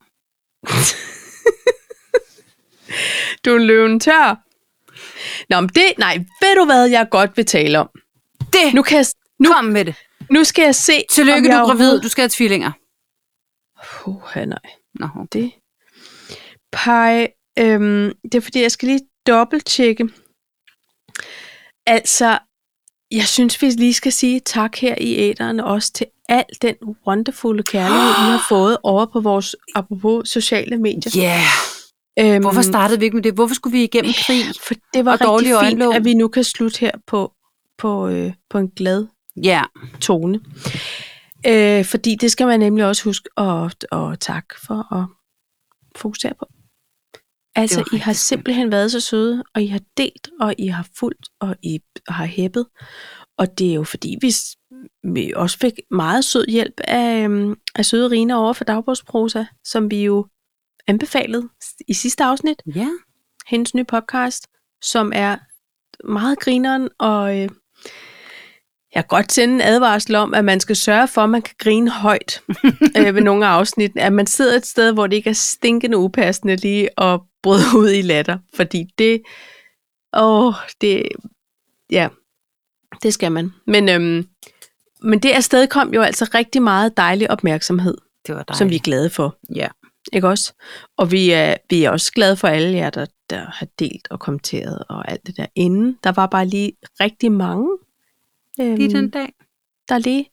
[SPEAKER 1] Du er en løven tør. Nå, men det... Nej, ved du hvad, jeg godt vil tale om?
[SPEAKER 2] Det!
[SPEAKER 1] Nu, kan jeg, nu,
[SPEAKER 2] Kom med det.
[SPEAKER 1] nu skal jeg se...
[SPEAKER 2] Tillykke,
[SPEAKER 1] om
[SPEAKER 2] du
[SPEAKER 1] jeg
[SPEAKER 2] er gravid.
[SPEAKER 1] overhovedet-
[SPEAKER 2] Du skal have tvillinger.
[SPEAKER 1] Puh, nej.
[SPEAKER 2] Nå, okay.
[SPEAKER 1] det. Pej, øhm, det er fordi, jeg skal lige dobbelttjekke. Altså, jeg synes, vi lige skal sige tak her i æderen også til al den wonderfulde kærlighed, vi har fået over på vores, apropos sociale medier.
[SPEAKER 2] Ja. Yeah.
[SPEAKER 1] Øhm,
[SPEAKER 2] Hvorfor startede vi ikke med det? Hvorfor skulle vi igennem krig?
[SPEAKER 1] For det var
[SPEAKER 2] og dårlige
[SPEAKER 1] rigtig fint,
[SPEAKER 2] øjenlåg?
[SPEAKER 1] at vi nu kan slutte her på, på, øh, på en glad
[SPEAKER 2] Ja,
[SPEAKER 1] tone. Øh, fordi det skal man nemlig også huske at, at takke for at fokusere på. Altså,
[SPEAKER 2] Det var
[SPEAKER 1] I har
[SPEAKER 2] rigtig skønt.
[SPEAKER 1] simpelthen været så søde, og I har delt, og I har fulgt, og I har hæppet. Og det er jo fordi, vi, s- vi også fik meget sød hjælp af, øhm, af søde Rina over for Dagbogsprosa, som vi jo anbefalede s- i sidste afsnit,
[SPEAKER 2] ja.
[SPEAKER 1] hendes nye podcast, som er meget grineren, og øh, jeg kan godt sende en advarsel om, at man skal sørge for, at man kan grine højt øh, ved nogle af afsnitten. At man sidder et sted, hvor det ikke er stinkende upassende lige at bryde ud i latter. Fordi det... Åh, det... Ja, det skal man. Men, øhm, men det afsted kom jo altså rigtig meget dejlig opmærksomhed, Dejligt.
[SPEAKER 2] Det var dejligt.
[SPEAKER 1] som vi er glade for.
[SPEAKER 2] Ja.
[SPEAKER 1] Ikke også? Og vi er, vi er også glade for alle jer, der, der har delt og kommenteret og alt det der inden. Der var bare lige rigtig mange øhm,
[SPEAKER 2] lige den dag.
[SPEAKER 1] der lige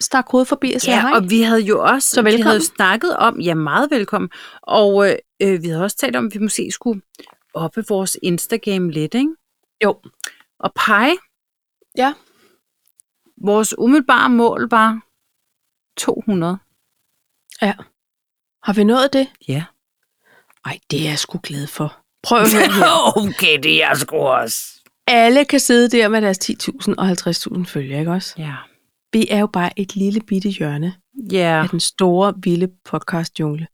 [SPEAKER 1] stak hovedet forbi og sagde ja,
[SPEAKER 2] Mm. Ja,
[SPEAKER 1] hej.
[SPEAKER 2] og vi havde jo også
[SPEAKER 1] Så
[SPEAKER 2] vi havde
[SPEAKER 1] velkommen.
[SPEAKER 2] jo snakket om, ja meget velkommen, og øh, øh, vi havde også talt om, at vi måske skulle oppe vores Instagram lidt, ikke?
[SPEAKER 1] Jo.
[SPEAKER 2] Og pege.
[SPEAKER 1] Ja.
[SPEAKER 2] Vores umiddelbare mål var 200.
[SPEAKER 1] Har vi nået det?
[SPEAKER 2] Ja.
[SPEAKER 1] Ej, det er jeg sgu glad for. Prøv at høre
[SPEAKER 2] <laughs>
[SPEAKER 1] her.
[SPEAKER 2] okay, det er jeg sgu også.
[SPEAKER 1] Alle kan sidde der med deres 10.000 og 50.000 følgere, ikke også?
[SPEAKER 2] Ja.
[SPEAKER 1] Vi er jo bare et lille bitte hjørne
[SPEAKER 2] Ja.
[SPEAKER 1] af den store, vilde podcastjungle.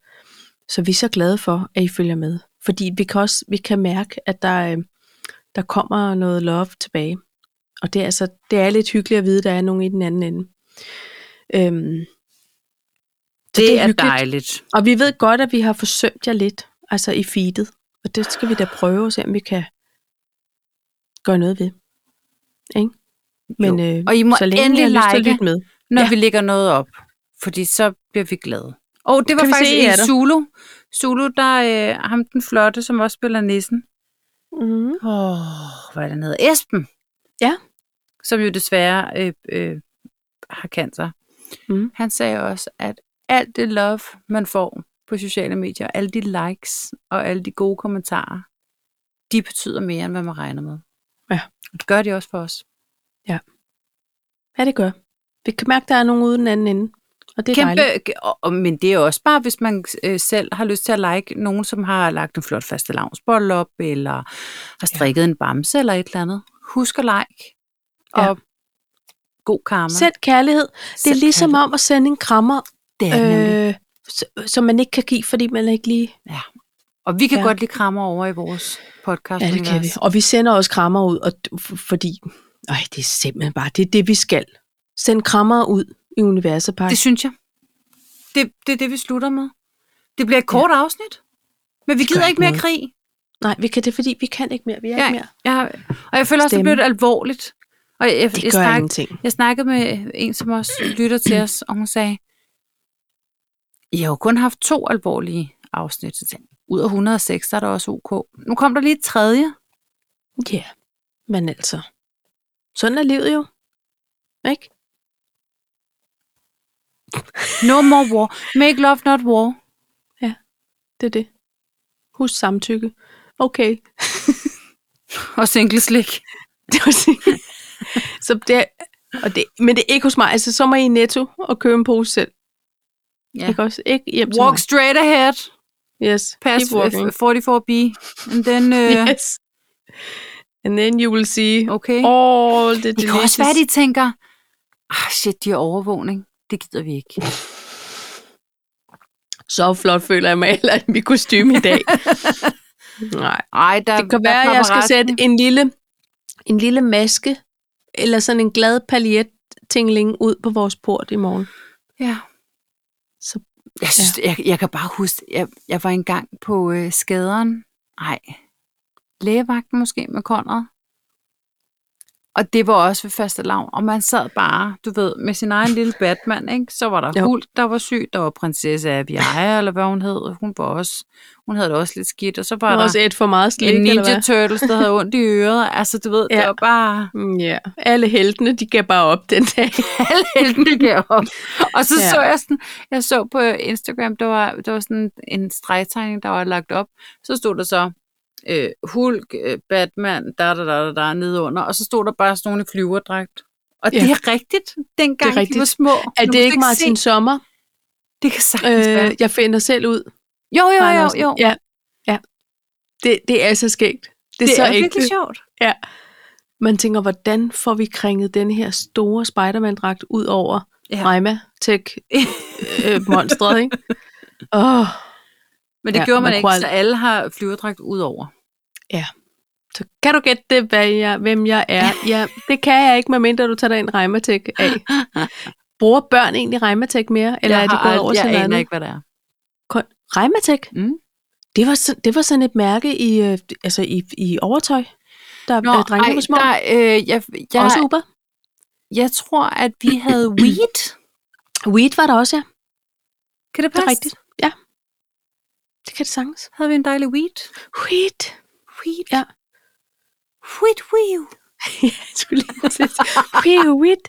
[SPEAKER 1] Så vi er så glade for, at I følger med. Fordi vi kan også vi kan mærke, at der, øh, der kommer noget love tilbage. Og det er, altså, det er lidt hyggeligt at vide, at der er nogen i den anden ende. Øhm, så
[SPEAKER 2] Det er
[SPEAKER 1] hyggeligt.
[SPEAKER 2] dejligt.
[SPEAKER 1] Og vi ved godt, at vi har forsømt jer lidt, altså i feedet. Og det skal vi da prøve at se, om vi kan gøre noget ved. Ikke? Men
[SPEAKER 2] Jo.
[SPEAKER 1] øh,
[SPEAKER 2] Og I må
[SPEAKER 1] så længe
[SPEAKER 2] endelig
[SPEAKER 1] I har lyst til at
[SPEAKER 2] like.
[SPEAKER 1] lytte med.
[SPEAKER 2] Når
[SPEAKER 1] Ja.
[SPEAKER 2] ja. vi lægger noget op, fordi så bliver vi glade. Og det var
[SPEAKER 1] Kan vi
[SPEAKER 2] faktisk
[SPEAKER 1] se, I er
[SPEAKER 2] i
[SPEAKER 1] der?
[SPEAKER 2] Zulu. Zulu, der øh, ham den flotte, som også spiller nissen.
[SPEAKER 1] Mm.
[SPEAKER 2] Åh, hvad er den hedder? Esben.
[SPEAKER 1] Ja.
[SPEAKER 2] Som jo desværre øh, øh, har cancer.
[SPEAKER 1] Mm.
[SPEAKER 2] Han sagde også, at alt det love, man får på sociale medier, alle de likes og alle de gode kommentarer, de betyder mere, end hvad man regner med.
[SPEAKER 1] Ja.
[SPEAKER 2] Og det gør de også for os.
[SPEAKER 1] Ja, det gør. Vi kan mærke, at der er nogen ude den anden ende. Og det er dejligt.
[SPEAKER 2] Kæmpe, og, og, men det er også bare, hvis man øh, selv har lyst til at like nogen, som har lagt en flot faste lavnsbolle op, eller har strikket ja. en bamse eller et eller andet. Husk at like.
[SPEAKER 1] Ja.
[SPEAKER 2] Og god karma.
[SPEAKER 1] Send kærlighed. Det er
[SPEAKER 2] Send
[SPEAKER 1] ligesom
[SPEAKER 2] kærlighed.
[SPEAKER 1] om at sende en krammer,
[SPEAKER 2] Det er det nemlig.
[SPEAKER 1] øh, s- som man ikke kan give, fordi man ikke lige...
[SPEAKER 2] Og vi kan
[SPEAKER 1] ja.
[SPEAKER 2] ja. godt lide krammer over i vores podcast.
[SPEAKER 1] Ja, det kan vi. Og vi sender også krammer ud, og, f- fordi... Øj, det er simpelthen bare... Det er det, vi skal. Send krammer ud i universet, Park.
[SPEAKER 2] Det synes jeg. Det, det er det, vi slutter med. Det bliver et kort ja. afsnit. Men vi
[SPEAKER 1] gør
[SPEAKER 2] gider
[SPEAKER 1] ikke
[SPEAKER 2] ikke mere
[SPEAKER 1] noget.
[SPEAKER 2] krig.
[SPEAKER 1] Nej, vi kan det, fordi vi kan ikke mere. Vi er ja, ikke mere.
[SPEAKER 2] jeg, har- og jeg føler også, det
[SPEAKER 1] Stemme.
[SPEAKER 2] bliver lidt alvorligt. Og jeg,
[SPEAKER 1] Det
[SPEAKER 2] jeg,
[SPEAKER 1] gør
[SPEAKER 2] snak,
[SPEAKER 1] ingenting.
[SPEAKER 2] jeg snakkede med en, som også lytter til os, og hun sagde, I har jo kun haft to alvorlige afsnit. Så tænkte jeg, Ud af 106, der er der også OK. Nu kom der lige et tredje.
[SPEAKER 1] Ja, yeah. men altså... Sådan er livet jo. Ikke?
[SPEAKER 2] No more war. Make love, not war.
[SPEAKER 1] Det er det. Husk samtykke. Okay.
[SPEAKER 2] Og single slik.
[SPEAKER 1] Det var sin- så det, og det, men det er ikke hos mig. Altså, så må I i netto og købe en pose selv.
[SPEAKER 2] Ja.
[SPEAKER 1] Ja. Ikke også? Ikke hjem til
[SPEAKER 2] Walk straight ahead.
[SPEAKER 1] mig. Yes.
[SPEAKER 2] past
[SPEAKER 1] Keep walking. <laughs>
[SPEAKER 2] 44B. And then, uh,
[SPEAKER 1] Yes. And then you will see
[SPEAKER 2] okay.
[SPEAKER 1] all the
[SPEAKER 2] det kan også være, de tænker, ah shit, de har overvågning. Det gider vi ikke.
[SPEAKER 1] Så flot føler jeg mig heller i mit kostume i
[SPEAKER 2] <laughs>
[SPEAKER 1] dag. Nej.
[SPEAKER 2] Ej, der,
[SPEAKER 1] Det kan
[SPEAKER 2] der er
[SPEAKER 1] være, at jeg skal
[SPEAKER 2] paparazzi.
[SPEAKER 1] sætte en lille, en lille maske eller sådan en glad paljet tingling ud på vores port i morgen.
[SPEAKER 2] Ja.
[SPEAKER 1] Så-
[SPEAKER 2] jeg, synes, ja. Jeg, jeg kan bare huske, jeg, jeg var engang på øh, skaderen. Nej, lægevagten måske med Konrad. Og det var også ved faste lav. Og man sad bare, du ved, med sin egen lille Batman, ikke? Så var der
[SPEAKER 1] Jo.
[SPEAKER 2] Hulk, der var syg. Der var prinsesse Aviaja, eller hvad hun hed. Hun, var også, hun havde det også lidt skidt. Og så var
[SPEAKER 1] Det
[SPEAKER 2] der...
[SPEAKER 1] var også et for meget slik,
[SPEAKER 2] en
[SPEAKER 1] eller hvad?
[SPEAKER 2] Ninja Turtles, der havde ondt i øret. Altså, du ved, ja.
[SPEAKER 1] Ja.
[SPEAKER 2] det var bare
[SPEAKER 1] Mm, Ja, alle heltene, de gav bare op den dag.
[SPEAKER 2] alle <laughs> heltene deroppe. Og så
[SPEAKER 1] Ja.
[SPEAKER 2] ja. så jeg sådan, jeg så på Instagram, der var, der var sådan en stregtegning, der var lagt op. Så stod der så øh, Hulk, øh, Batman, da da da da da, nede under. Og så stod der bare sådan nogle i flyverdragt. Og
[SPEAKER 1] Ja.
[SPEAKER 2] ja. det er rigtigt, dengang det er rigtigt. de var
[SPEAKER 1] rigtigt.
[SPEAKER 2] små.
[SPEAKER 1] Er det
[SPEAKER 2] Nu kan
[SPEAKER 1] ikke
[SPEAKER 2] du
[SPEAKER 1] Martin
[SPEAKER 2] Se.
[SPEAKER 1] Sommer?
[SPEAKER 2] Det kan sagtens øh, være.
[SPEAKER 1] Øh, jeg finder selv ud.
[SPEAKER 2] Jo, jo, jo,
[SPEAKER 1] Andersen.
[SPEAKER 2] jo.
[SPEAKER 1] Ja, ja. Det, det er så skægt. Det er
[SPEAKER 2] det
[SPEAKER 1] så
[SPEAKER 2] er
[SPEAKER 1] ægte.
[SPEAKER 2] virkelig
[SPEAKER 1] <laughs>
[SPEAKER 2] sjovt.
[SPEAKER 1] Man tænker, hvordan får vi kringet den her store Spider-Man-dragt ud over
[SPEAKER 2] Ja.
[SPEAKER 1] Reima tech øh, monstret
[SPEAKER 2] <laughs>
[SPEAKER 1] ikke? Åh,
[SPEAKER 2] Men
[SPEAKER 1] Ja,
[SPEAKER 2] det ja, gjorde
[SPEAKER 1] man
[SPEAKER 2] man,
[SPEAKER 1] kunne
[SPEAKER 2] ikke,
[SPEAKER 1] aldrig-
[SPEAKER 2] så alle har flyverdragt ud over.
[SPEAKER 1] så kan du gætte det, hvad jeg, hvem jeg er? Ja, det kan jeg ikke, medmindre du tager dig en Reimertek
[SPEAKER 2] <laughs>
[SPEAKER 1] af. Bruger børn egentlig Reimertek mere, eller er
[SPEAKER 2] jeg
[SPEAKER 1] de
[SPEAKER 2] har
[SPEAKER 1] gået
[SPEAKER 2] ald-
[SPEAKER 1] over til
[SPEAKER 2] Jeg
[SPEAKER 1] noget
[SPEAKER 2] aner
[SPEAKER 1] andet?
[SPEAKER 2] ikke, hvad det er.
[SPEAKER 1] Kun- Reimertek?
[SPEAKER 2] Mm.
[SPEAKER 1] Det var, sådan, det var sådan et mærke i, øh, altså i, i overtøj, der Nå, drengene var små.
[SPEAKER 2] der, øh, jeg, jeg,
[SPEAKER 1] Også Uber.
[SPEAKER 2] jeg tror, at vi
[SPEAKER 1] <clears throat>
[SPEAKER 2] havde weed.
[SPEAKER 1] Weed var der også, ja.
[SPEAKER 2] Kan
[SPEAKER 1] Det
[SPEAKER 2] det passe?
[SPEAKER 1] er rigtigt. Ja. Det kan det sagtens.
[SPEAKER 2] Havde vi en dejlig weed?
[SPEAKER 1] Weed.
[SPEAKER 2] Weed.
[SPEAKER 1] Ja.
[SPEAKER 2] Weed, weed.
[SPEAKER 1] <laughs> ja, jeg skulle lige til at sige, Piruit.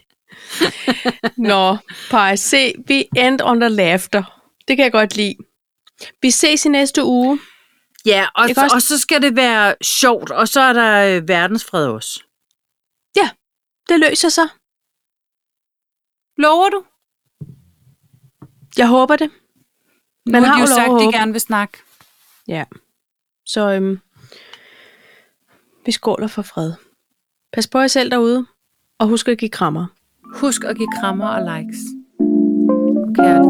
[SPEAKER 1] Nå, Paj, se, vi end under laughter. Det kan jeg godt lide. Vi ses i næste uge.
[SPEAKER 2] Ja, og,
[SPEAKER 1] Jeg kan også-
[SPEAKER 2] og så skal det være sjovt, og så er der øh, verdensfred også.
[SPEAKER 1] Det løser sig.
[SPEAKER 2] Lover du?
[SPEAKER 1] Jeg håber det. Man
[SPEAKER 2] nu
[SPEAKER 1] har
[SPEAKER 2] de
[SPEAKER 1] jo
[SPEAKER 2] jo
[SPEAKER 1] lov
[SPEAKER 2] sagt,
[SPEAKER 1] at håbe.
[SPEAKER 2] de gerne vil snakke.
[SPEAKER 1] Ja. Så øhm, vi skåler for fred. Pas på jer selv derude, og husk at give krammer.
[SPEAKER 2] Husk at give krammer og likes. Og kærlighed.